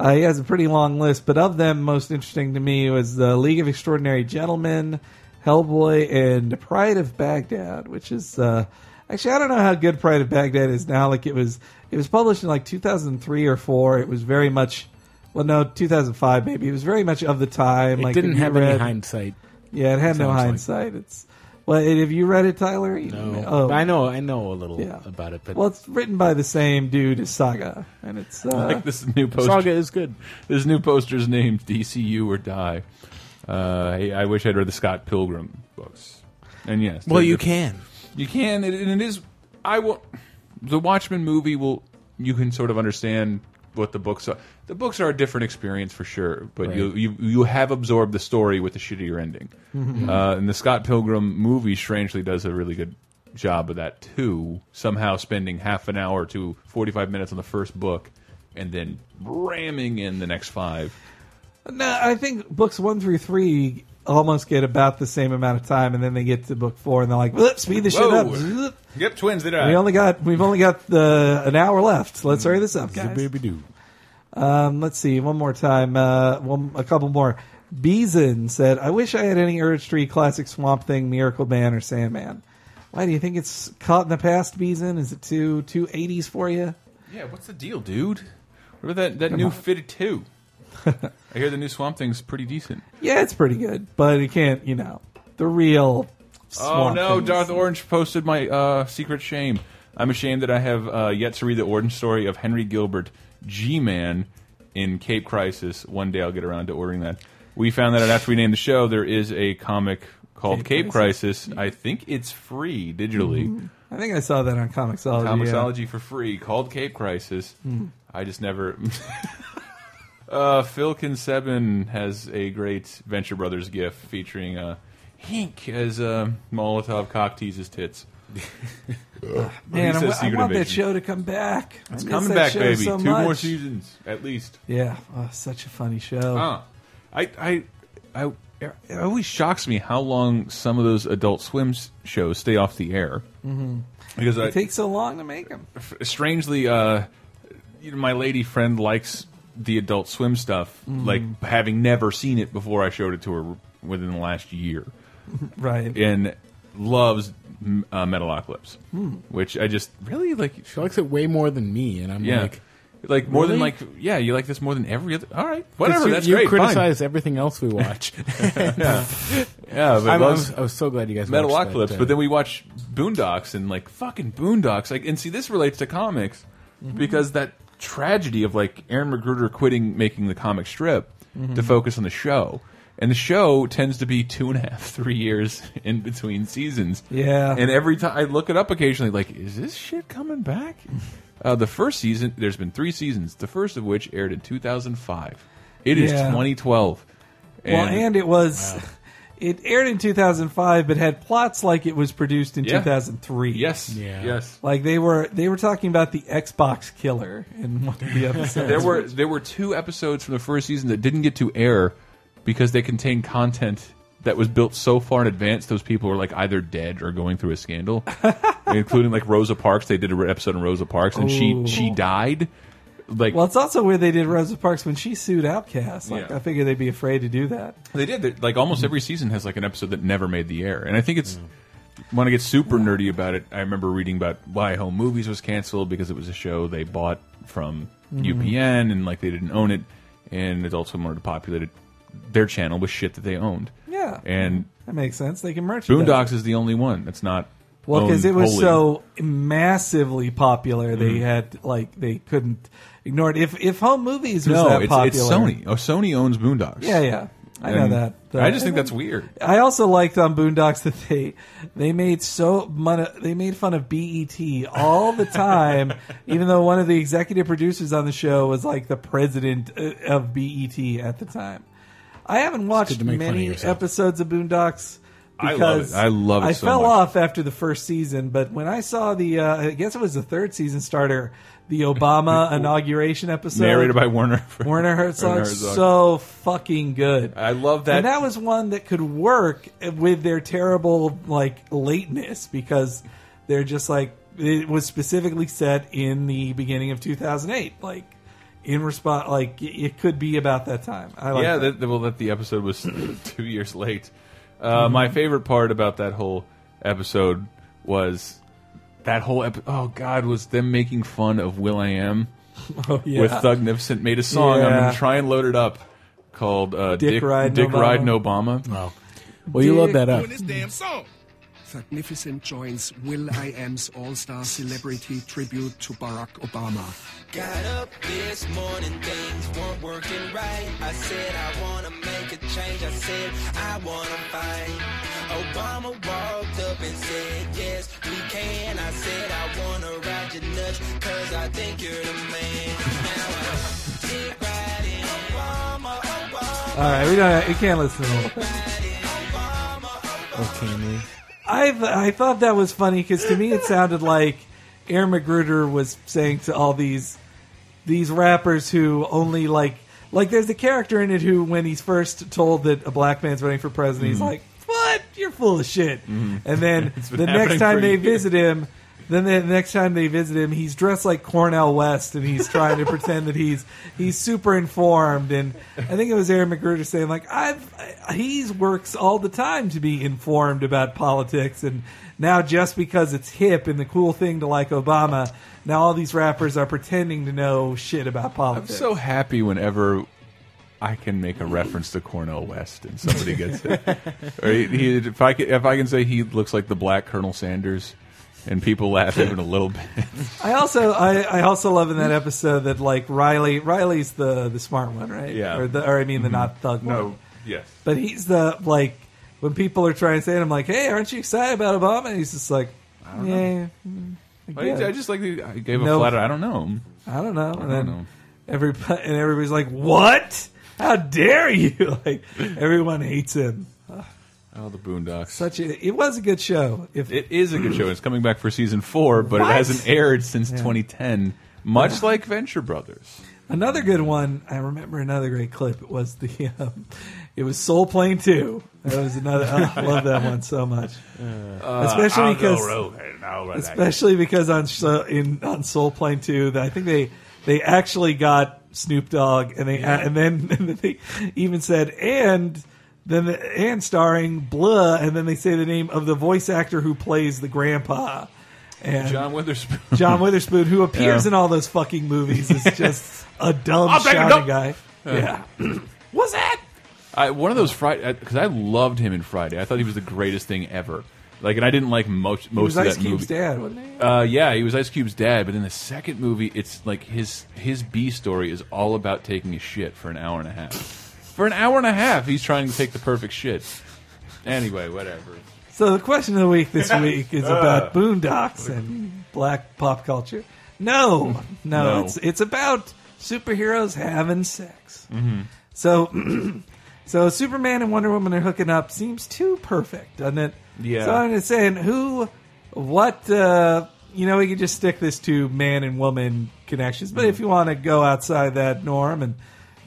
Uh, he has a pretty long list, but of them, most interesting to me was the League of Extraordinary Gentlemen, Hellboy, and Pride of Baghdad, which is uh, actually I don't know how good Pride of Baghdad is now. Like it was, it was published in like 2003 or four. It was very much, well, no, 2005 maybe. It was very much of the time. It like didn't if you have any read- hindsight. Yeah, it had no Sounds like- hindsight. It's well, and have you read it, Tyler? You- No. Oh, I know, I know a little Yeah. about it, but well, it's written by the same dude as Saga, and it's uh, like this new poster. Saga is good. This new poster's named "DCU or Die." Uh, I, I wish I'd read the Scott Pilgrim books. And yes, Well, the- you the- can. You can, and and it is. I will. The Watchmen movie will. You can sort of understand what the books are. The books are a different experience for sure, but you, you you have absorbed the story with the shittier ending. Uh, and the Scott Pilgrim movie, strangely, does a really good job of that too. Somehow, spending half an hour to forty five minutes on the first book, and then ramming in the next five. No, I think books one through three almost get about the same amount of time, and then they get to book four, and they're like, "Let's speed this shit Whoa. up." Zzzp. Yep, twins. Did uh, We only got we've only got the an hour left. Let's hurry this up, guys. Baby do. Um, let's see one more time. Uh, one a couple more. Beeson said, "I wish I had any Urge Tree classic Swamp Thing, Miracle Man, or Sandman." Why do you think it's caught in the past, Beeson? Is it too too eighties for you? Yeah, what's the deal, dude? What about that, that new Fit 2? I hear the new Swamp Thing's pretty decent. Yeah, it's pretty good, but it can't. You know, the real. oh Swamp no, Thing is- Darth Orange posted my uh, secret shame. I'm ashamed that I have uh, yet to read the origin story of Henry Gilbert, G-Man, in Cape Crisis. One day I'll get around to ordering that. We found that out after we named the show. There is a comic called Cape Cape, Crisis. Mm-hmm. I think it's free digitally. I think I saw that on Comixology. Oh, yeah. Hmm. Comicsology for free called Cape Crisis. I just never. uh, Phil Kinseben has a great Venture Brothers gif featuring uh, Hink as uh, Molotov cock teases tits. Man, I, Lisa's wa- I Secret want that Invasion. show to come back. It's Coming back, show baby. So Two much. more seasons at least. Yeah, oh, such a funny show. Huh. I, I, I, it always shocks me how long some of those Adult Swim s- shows stay off the air. Mm-hmm. Because I, It takes so long to make them. strangely, uh, you know, my lady friend likes the Adult Swim stuff, like having never seen it before I showed it to her within the last year, Right. and loves m- uh, Metalocalypse, which I just really Hmm. like. She likes it way more than me, and I'm Yeah. like, Like, more than really? like yeah, you like this more than every other. All right, 'Cause whatever. You, that's you great. fine. criticize everything else we watch. Yeah, but I, loves was, I was so glad you guys watched Metalocalypse, that, uh, but then we watch Boondocks and like fucking Boondocks. Like, and see, this relates to comics Mm-hmm. because that tragedy of like Aaron Magruder quitting making the comic strip Mm-hmm. to focus on the show, and the show tends to be two and a half, three years in between seasons. Yeah. and every time I look it up occasionally, like, is this shit coming back? Uh, the first season, there's been three seasons, the first of which aired in 2005. It is Yeah. 2012. well, and it was. It aired in 2005, but had plots like it was produced in Yeah. 2003. yes, Yeah. yes. Like they were they were talking about the Xbox killer in one of the episodes. There were there were two episodes from the first season that didn't get to air because they contained content that was built so far in advance. Those people were like either dead or going through a scandal, including like Rosa Parks. They did an episode on Rosa Parks, and she Ooh. she died. Like Well, it's also where they did Rosa Parks when she sued Outcast. Like Yeah. I figure they'd be afraid to do that. they did. They- Like Hmm. almost every season has like an episode that never made the air, and I think it's. When I get super nerdy about it, I remember reading about why Home Movies was canceled because it was a show they bought from Mm-hmm. UPN and like they didn't own it, and Adult Swim wanted to populate it, their channel with shit that they owned. Yeah. and That makes sense. They can merchandise. it. Boondocks is the only one that's not. Well, because owned it was wholly. Mm-hmm. so massively popular, they had like they couldn't ignore it. If if home movies was no, that it's, popular, it's Sony. Oh, Sony owns Boondocks. Yeah, yeah, I know And that. but- I just think that's weird. I also liked on Boondocks that they they made so mon- they made fun of BET all the time, even though one of the executive producers on the show was like the president uh, of BET at the time. I haven't watched to make fun of many yourself. episodes of Boondocks. I love it. Because I love it I so fell much. off after the first season, but when I saw the, uh, I guess it was the third season starter, the Obama inauguration episode, Narrated by Warner Werner Herzog, so fucking good. I love that. And that was one that could work with their terrible like lateness because they're just like it was specifically set in the beginning of 2008, like in response, like it could be about that time. I like yeah, that. that, well, that the episode was two years late. Uh, Mm-hmm. My favorite part about that whole episode was that whole epi oh god was them making fun of Will I Am Oh, yeah. with Thugnificent made a song. I'm Yeah. gonna try and load it up called uh, Dick Dick Riding Dick Obama. Riding Obama. well, Well, you love that up. doing this damn song. Magnificent joins Will I Am's All Star Celebrity Tribute to Barack Obama. Got up this morning, things weren't working right. I said I wanna make a change. I said I wanna fight. Obama walked up and said, Yes, we can. I said I wanna ride your nuts, cause I think you're the man. Now I dig right in. Obama, Obama. All right, we don't. We can't listen to all. that. Oh, can we? I I thought that was funny because to me it sounded like Air Magruder was saying to all these these rappers who only like like there's a character in it who when he's first told that a black man's running for president he's like what you're full of shit and then Mm-hmm. the been next happening time for they years. visit him then the next time they visit him he's dressed like Cornell West and he's trying to pretend that he's he's super informed and I think it was Aaron McGruder saying like I've I- he's works all the time to be informed about politics and now just because it's hip and the cool thing to like Obama now all these rappers are pretending to know shit about I'm politics. so happy whenever I can make a reference to Cornell West and somebody gets it. Or he, he- if I can, if I can say he looks like the black Colonel Sanders, and people laugh even a little bit. I also I, I also love in that episode that like Riley Riley's the the smart one, right? Yeah. Mm-hmm. Or the or I mean the not thug one. yes. But he's the like when people are trying to say it, I'm like, hey, aren't you excited about Obama? And he's just like, yeah, mm, I, I, guess. I just like the, I gave a No. flat. I don't know. I don't know. and don't then know. everybody and everybody's like, what? How dare you? like everyone hates him. Oh, the Boondocks. Such a it was a good show. If It is a good show. It's coming back for season four, but it hasn't aired since 2010. Much like Venture Brothers. Another good one. I remember another great clip was the. Um, it was Soul Plane Two. That was another. oh, I love that one so much, especially because especially because on so- in on Soul Plane Two, that I think they they actually got Snoop Dogg, and they and then and then they even said and. Then the, and starring blah, and then they say the name of the voice actor who plays the grandpa, and John Witherspoon. John Witherspoon, who appears Yeah. in all those fucking movies, is just a dumb I'll take a shouting dump. guy. Yeah. What's that? I, one of those Friday because I loved him in Friday. I thought he was the greatest thing ever. Like, and I didn't like most It was most of Ice that Cube's movie. dad, wasn't it? Uh, yeah, he was Ice Cube's dad, but in the second movie, it's like his his B story is all about taking a shit for an hour and a half. For an hour and a half, he's trying to take the perfect shit. Anyway, whatever. So the question of the week this week is Uh. about boondocks and black pop culture. No, no, No. it's it's about superheroes having sex. Mm-hmm. So, so Superman and Wonder Woman are hooking up seems too perfect, doesn't it? Yeah. So I'm just saying, who, what, uh, you know, we could just stick this to man and woman connections. But if you want to go outside that norm and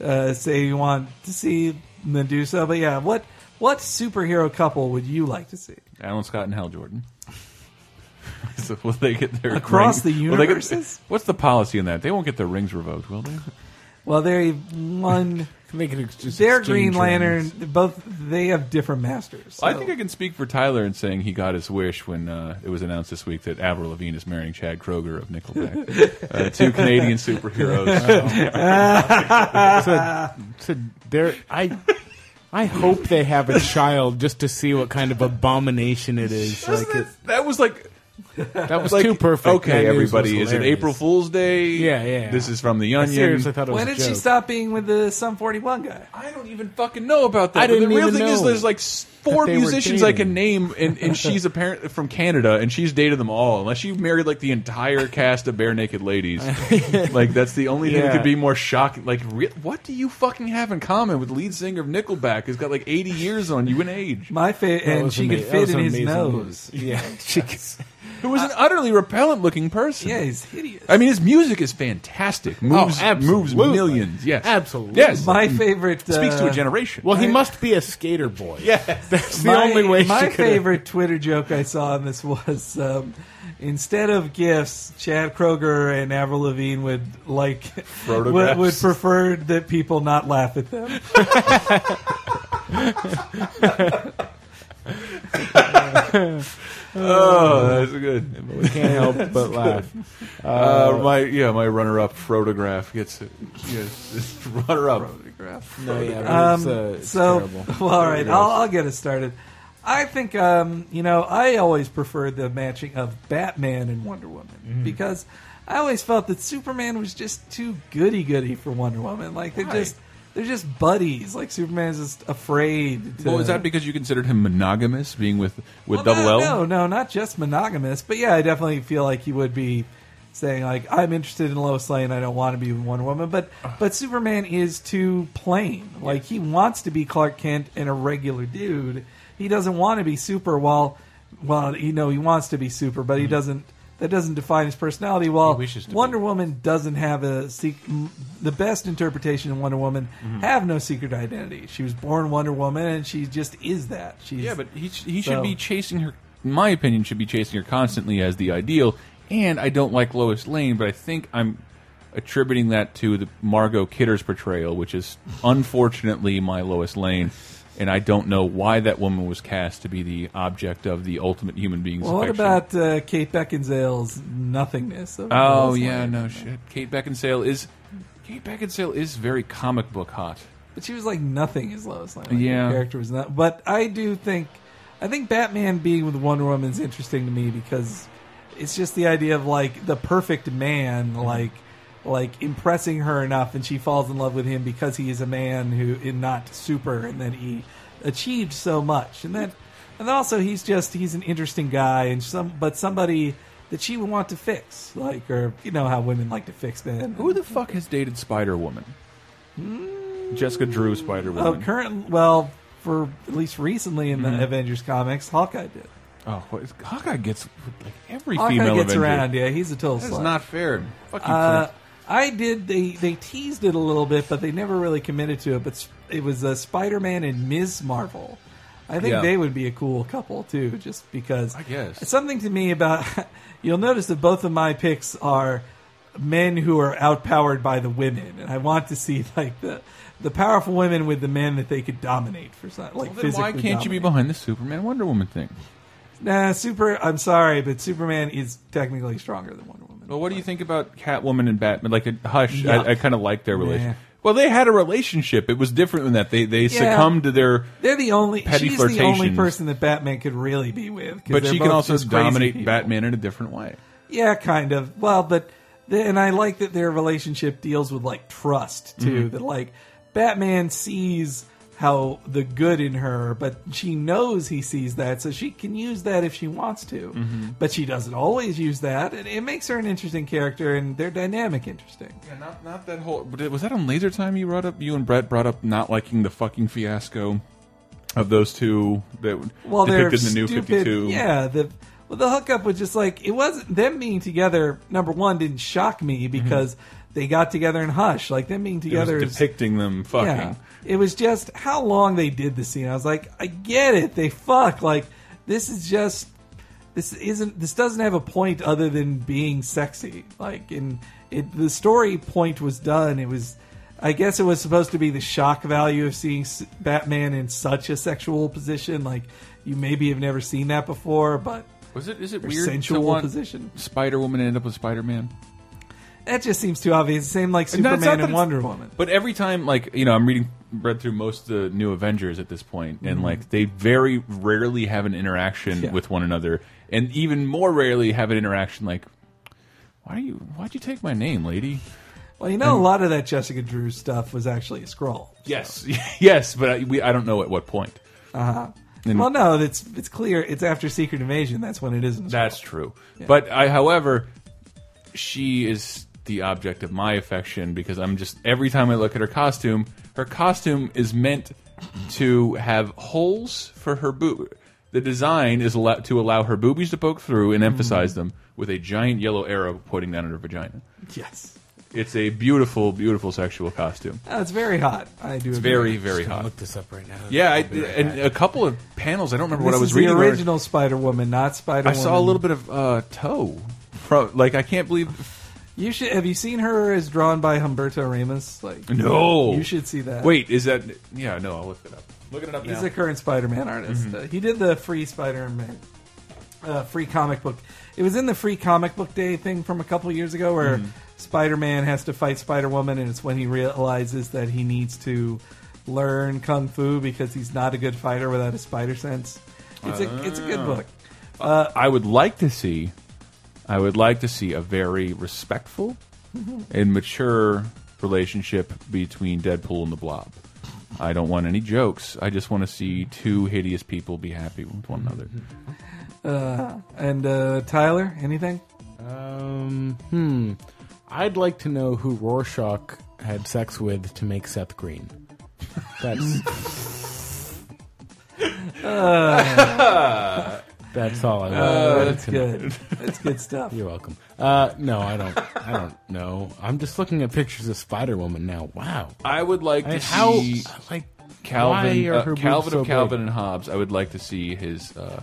uh, say you want to see, then do so. But yeah, what what superhero couple would you like to see? Alan Scott and Hal Jordan. so will they get their Across ring- the will they get- universes? what's the policy in that? They won't get their rings revoked, will they? Well, they one. They could ex- just Their exchange Green rings. Lantern, both they have different masters. I so- think I can speak for Tyler in saying he got his wish when uh, it was announced this week that Avril Lavigne is marrying Chad Kroger of Nickelback, uh, two Canadian superheroes. So, so there, I, I hope they have a child just to see what kind of abomination it is. Like it, that was like that was like, too perfect. That Okay, news everybody, was is it hilarious. April Fool's Day? Yeah, yeah. This is from the I Onion. seriously thought it was When a did she joke. stop being with the Sum 41 guy? I don't even fucking know about that. I But didn't the real even thing is know there's like s- four that they were musicians I can dating. name, and, and she's apparently from Canada, and she's dated them all. Unless she married like the entire cast of Bare Naked Ladies, like that's the only thing that Yeah. could be more shocking. Like, re what do you fucking have in common with lead singer of Nickelback, who's got like 80 years on you in age, My favorite, That and was she ama- could that fit was in his amazing nose. news. Yeah, she could- who was an utterly repellent looking person? Yeah, he's hideous. I mean, his music is fantastic. Moves, moves Oh, absolutely. millions. Yes, Absolutely. Yes, my favorite uh, speaks to a generation. Well, he must be a skater boy. Yeah, that's the my, only way. My she could favorite Twitter joke I saw on this was um, instead of gifts, Chad Kroger and Avril Lavigne would like would, Photographs. would prefer that people not laugh at them. oh, that's good. We can't help but laugh. Uh, my yeah, my runner-up photograph gets it. Yes, runner-up. No, yeah, Um, it's, uh, it's so, terrible. well, all right, I'll, I'll get us started. I think um, you know I always preferred the matching of Batman and Wonder Woman Mm-hmm. because I always felt that Superman was just too goody goody for Wonder Woman. Like they're Why? just they're just buddies. Like Superman's just afraid. To, Well, is that because you considered him monogamous, being with Well, with double no, L? No, no, not just monogamous, but yeah, I definitely feel like he would be saying like I'm interested in Lois Lane. I don't want to be with Wonder Woman, but but Superman is too plain. Like he wants to be Clark Kent and a regular dude. He doesn't want to be super. While well, you know, he wants to be super, Mm-hmm. but he doesn't. That doesn't define his personality. While wishes to be. Wonder Woman doesn't have a sec- m- the best interpretation of Wonder Woman Mm-hmm. have no secret identity. She was born Wonder Woman, and she just is that. She's Yeah, but he sh- he So- should be chasing her. In my opinion, should be chasing her constantly as the ideal. And I don't like Lois Lane, but I think I'm attributing that to the Margot Kidder's portrayal, which is unfortunately my Lois Lane. And I don't know why that woman was cast to be the object of the ultimate human being's Well, what affection. about uh, Kate Beckinsale's nothingness? of Oh Lois yeah, Lane? no shit. Kate Beckinsale is Kate Beckinsale is very comic book hot. But she was like nothing as Lois Lane. Like, her Yeah. character was not. But I do think, I think Batman being with Wonder Woman is interesting to me because it's just the idea of like the perfect man, like like impressing her enough, and she falls in love with him because he is a man who and not super, and that he achieved so much, and that and then also he's just he's an interesting guy, and some but somebody. That she would want to fix, like, or you know how women like to fix men. Who the fuck has dated Spider Woman? Jessica Drew Spider Hmm. Oh, Woman. current. Well, for at least recently in the Mm-hmm. Avengers comics, Hawkeye did. Oh, what is- Hawkeye gets like every Hawkeye female gets Avenger. around. Yeah, he's a total That is slut. not fair. Fuck you, Uh, Clint. I did. They they teased it a little bit, but they never really committed to it. But s- it was uh, Spider Man and Ms. Marvel. I think Yeah. they would be a cool couple too, just because. I guess. something to me about. You'll notice that both of my picks are men who are outpowered by the women, and I want to see like the the powerful women with the men that they could dominate for something like Well, then physically. why can't you be dominate. behind the Superman Wonder Woman thing? Nah, super. I'm sorry, but Superman is technically stronger than Wonder Woman. Well, what do you think about Catwoman and Batman? Like, uh, hush, Yeah. I, I kind of like their relationship. Yeah. Well, they had a relationship. It was different than that. They they succumbed to their. They're the only. Petty she's the only flirtations. person that Batman could really be with. 'cause But they're she can both also just crazy dominate people. Batman in a different way. Yeah, kind of. Well, but the, and I like that their relationship deals with like trust Mm-hmm. too. That like Batman sees how the good in her, but she knows he sees that, so she can use that if she wants to. Mm-hmm. But she doesn't always use that, and it makes her an interesting character and their dynamic interesting. Yeah, not not that whole. But it- was that on Laser Time you brought up? You and Brett brought up not liking the fucking fiasco of those two that well, they're depicted in the new stupid- Fifty Two. Yeah, the well, the hookup was just like it wasn't them being together. Number one didn't shock me because they got together in Hush. Like them being Mm-hmm. it was together is depicting them fucking. yeah. It was just how long they did the scene. I was like, I get it. They fuck. Like this is just this isn't this doesn't have a point other than being sexy. Like in it the story point was done. It was I guess it was supposed to be the shock value of seeing s- Batman in such a sexual position. Like you maybe have never seen that before, but Was it is it Their weird sensual to want position. Spider Woman end up with Spider Man? that just seems too obvious. Same like No, Superman it's not that and it's- Wonder Woman. But every time, like you know, I'm reading read through most of the new Avengers at this point, and like they very rarely have an interaction Mm-hmm. Yeah. with one another, and even more rarely have an interaction like, why do you why'd you take my name, lady? Well, you know, a lot of that Jessica Drew stuff was actually a scroll. Yes, yes, but I, we, I don't know at what point. And- Well, no, it's it's clear. It's after Secret Invasion. That's when it isn't. That's true. But I, however, she is the object of my affection because I'm just every time I look at her costume, her costume is meant to have holes for her boob. The design is allow to allow her boobies to poke through and emphasize Mm-hmm. them with a giant yellow arrow pointing down at her vagina. yes. It's a beautiful, beautiful sexual costume. Oh, it's very hot. I do. It's Very, very I'll hot. look this up right now. Yeah, I, and a couple of panels. I don't remember This what I was is reading. the where- original Spider Woman, not Spider. I saw a little bit of uh, toe. Pro, like I can't believe You should have you seen her as drawn by Humberto Ramos? Like No. you should see that. Wait, is that? Yeah, no, I'll look it up. Looking it up he's now. a current Spider Man artist. Uh, he did the free Spider Man, uh, free comic book. It was in the free comic book day thing from a couple years ago where Spider Man has to fight Spider Woman, and it's when he realizes that he needs to learn kung fu because he's not a good fighter without a spider sense. It's a it's a good book. I would like to see, I would like to see a very respectful and mature relationship between Deadpool and the Blob. I don't want any jokes. I just want to see two hideous people be happy with one another. And uh, Tyler, anything? Um, hmm. I'd like to know who Rorschach had sex with to make Seth Green. That's. that's all I want. Uh, That's good. That's good stuff. You're welcome. Uh, no, I don't. I don't know. I'm just looking at pictures of Spider Woman now. Wow. I would like I mean, to how? see Like, Calvin, Why are uh, her boobs Calvin so of Calvin big? and Hobbes. I would like to see his uh,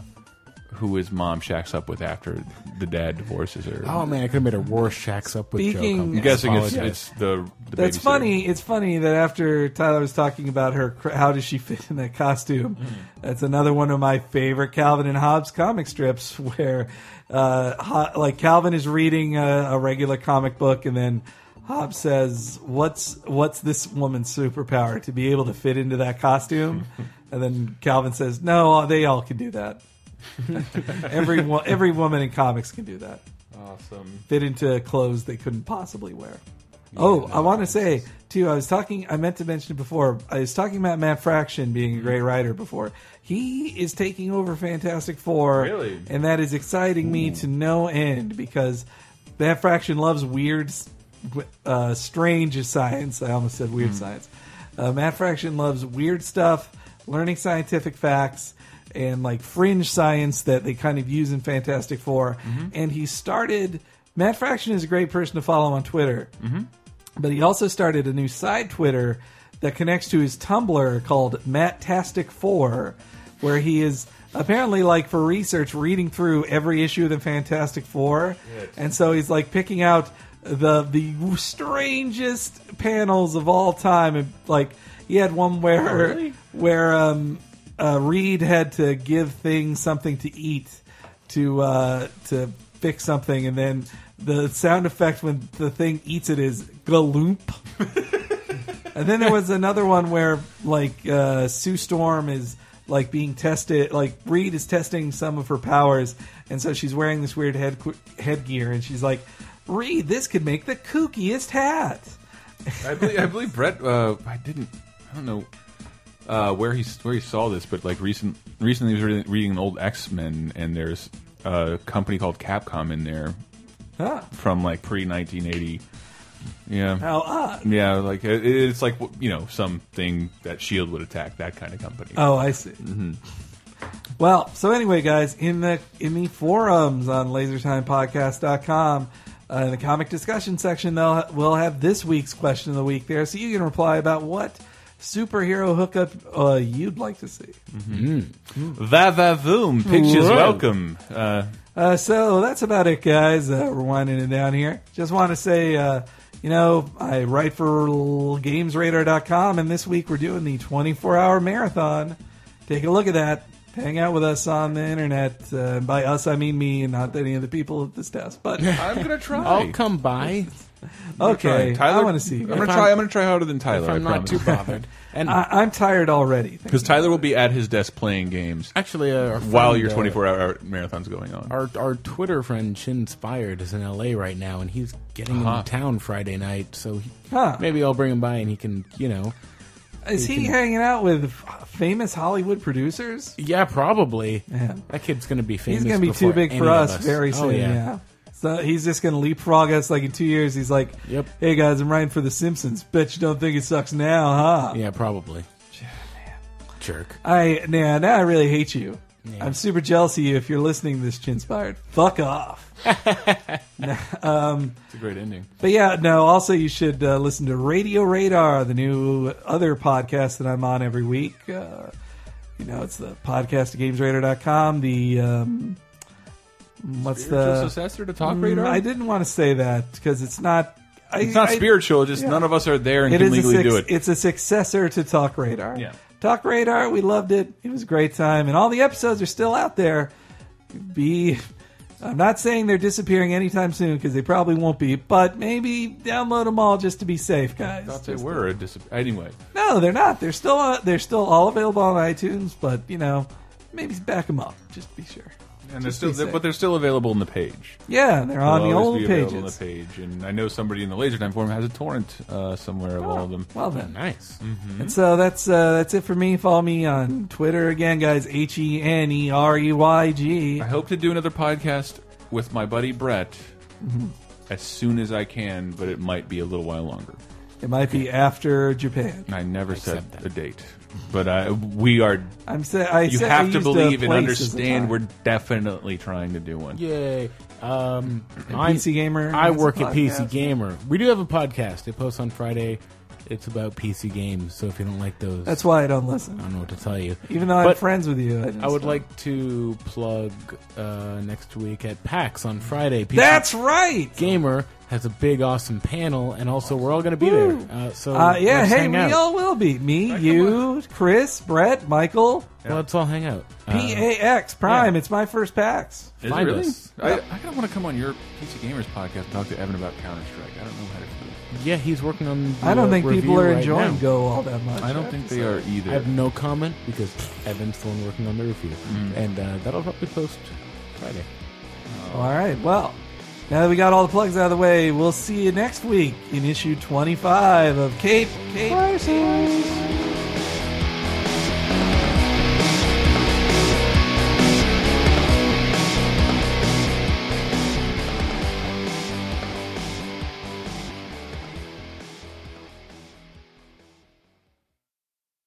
who his mom shacks up with after the dad divorces her. Oh man, I could have made a Rorschach's up with Speaking- Joe. Cummings. I'm guessing it's, Apologize. it's the, the That's babysitter. funny. It's funny that after Tyler was talking about her, cr- how does she fit in that costume? That's another one of my favorite Calvin and Hobbes comic strips, where uh, Ho- like Calvin is reading a, a regular comic book, and then Hobbes says, "What's what's this woman's superpower to be able to fit into that costume?" and then Calvin says, "No, they all can do that. every wo- every woman in comics can do that." Awesome. fit into clothes they couldn't possibly wear. oh, I want to say too. I was talking. I meant to mention it before. I was talking about Matt Fraction being a Mm-hmm. great writer before. He is taking over Fantastic Four, Really? and that is exciting me to no end because Matt Fraction loves weird, uh, strange science. I almost said weird science. Uh, Matt Fraction loves weird stuff, learning scientific facts, and like fringe science that they kind of use in Fantastic 4 And he started. Matt Fraction is a great person to follow on Twitter, but he also started a new side Twitter that connects to his Tumblr called Mattastic Four, where he is apparently like for research reading through every issue of the Fantastic Four, and so he's like picking out the the strangest panels of all time, and like he had one where where um, uh, Reed had to give things something to eat to uh, to fix something, and then the sound effect when the thing eats it is galoomp. and then there was another one where like uh, Sue Storm is like being tested, like Reed is testing some of her powers, and so she's wearing this weird head headgear, and she's like, "Reed, this could make the kookiest hat." I believe, I believe Brett. Uh, I didn't. I don't know uh, where he where he saw this, but like recent recently he was reading, reading an old X Men, and there's a company called Capcom in there Huh. from like pre 1980. Yeah, How odd. yeah. Like it, it's like you know something that Shield E would attack that kind of company. Oh, I see. Well, so anyway, guys, in the in the forums on lasertimepodcast.com, uh, in the comic discussion section, they'll we'll have this week's question of the week there, so you can reply about what superhero hookup uh, you'd like to see. Va va voom. Pictures welcome. Uh, Uh, so that's about it, guys. Uh, we're winding it down here. Just want to say, uh, you know, I write for GamesRadar.com, and this week we're doing the 24-hour marathon. Take a look at that. Hang out with us on the internet. Uh, and by us, I mean me, and not any of the people at this desk. But I'm gonna try. I'll come by okay, Tyler, I want to see. You. I'm gonna If try. I'm- I'm gonna try harder than Tyler. if I'm I not promise. too bothered. And I, I'm tired already. Because Tyler will be at his desk playing games actually, uh, our while friend, your uh, 24 hour marathon's going on. our our Twitter friend Shin Spired is in L.A. right now, and he's getting Huh. into town Friday night. So he, Uh-huh. Huh. maybe I'll bring him by, and he can, you know, Is he hanging out with f- famous Hollywood producers? yeah, probably. Yeah. That kid's gonna be famous. He's going to be before too big any for of us, very soon. Oh, yeah. So he's just going to leapfrog us. Like in two years, he's like, Yep. "Hey guys, I'm writing for The Simpsons. Bet you don't think it sucks now, huh?" Yeah, probably. Jerk. I now now I really hate you. I'm super jealous of you if you're listening to this Chinspired. Fuck off. It's a great ending. But yeah, no. Also, you should uh, listen to Radio Radar, the new other podcast that I'm on every week. Uh, you know, it's the podcast at GamesRadar.com. The um, what's the successor to Talk Mm, I didn't want to say that because it's not. I, It's not I- spiritual. Just none of us are there and It can is a legally suc- do it. It's a successor to Talk Radar. Yeah. Talk Radar. We loved it. It was a great time, and all the episodes are still out there. Be. I'm not saying they're disappearing anytime soon because they probably won't be, but maybe download them all just to be safe, guys. I thought they Just- were a dis- anyway. No, they're not. They're still uh, they're still all available on iTunes, but you know, Maybe back them up, just be sure. and they're Just be still, safe. but they're still available in the page. Yeah, they're on the They'll always old be pages. available on the page, and I know somebody in the Laser Time forum has a torrent uh, somewhere of Oh. all of them. Well then, Nice. and so that's uh, that's it for me. Follow me on Twitter again, guys. H e n e r e y g. I hope to do another podcast with my buddy Brett as soon as I can, but it might be a little while longer. It might be after Japan. I never said a date, but I, we are. I'm say I You said I have to used a believe and place as a understand. time. We're definitely trying to do one. Yay. Um, I'm- PC Gamer I has a work at PC podcast. Gamer. We do have a podcast. It posts on Friday. It's about PC games. So if you don't like those, That's why I don't I listen. don't know what to tell you. Even though I'm But friends with you, I, just I would don't. like to plug uh, next week at PAX on Friday. PC That's right. Gamer has a big, awesome panel, and also we're all going to be Woo. there. Uh, so Uh, yeah, let's hey, hang we out. all will be. Me, you, Chris, Brett, Michael, let's all hang out. Uh, PAX Prime. It's my first PAX. Is it Find really? us. I, I kind of want to come on your PC Gamers podcast and talk to Evan about Counter Strike. I don't know how to feel. yeah, he's working on. The, I don't think uh, review people are right enjoying now. Go all that much. I don't think they are either. I have no comment because Evan's still working on the review, and uh, that'll probably post Friday. All right. Well, now that we got all the plugs out of the way, we'll see you next week in issue 25 of Cape Cape. Crisis.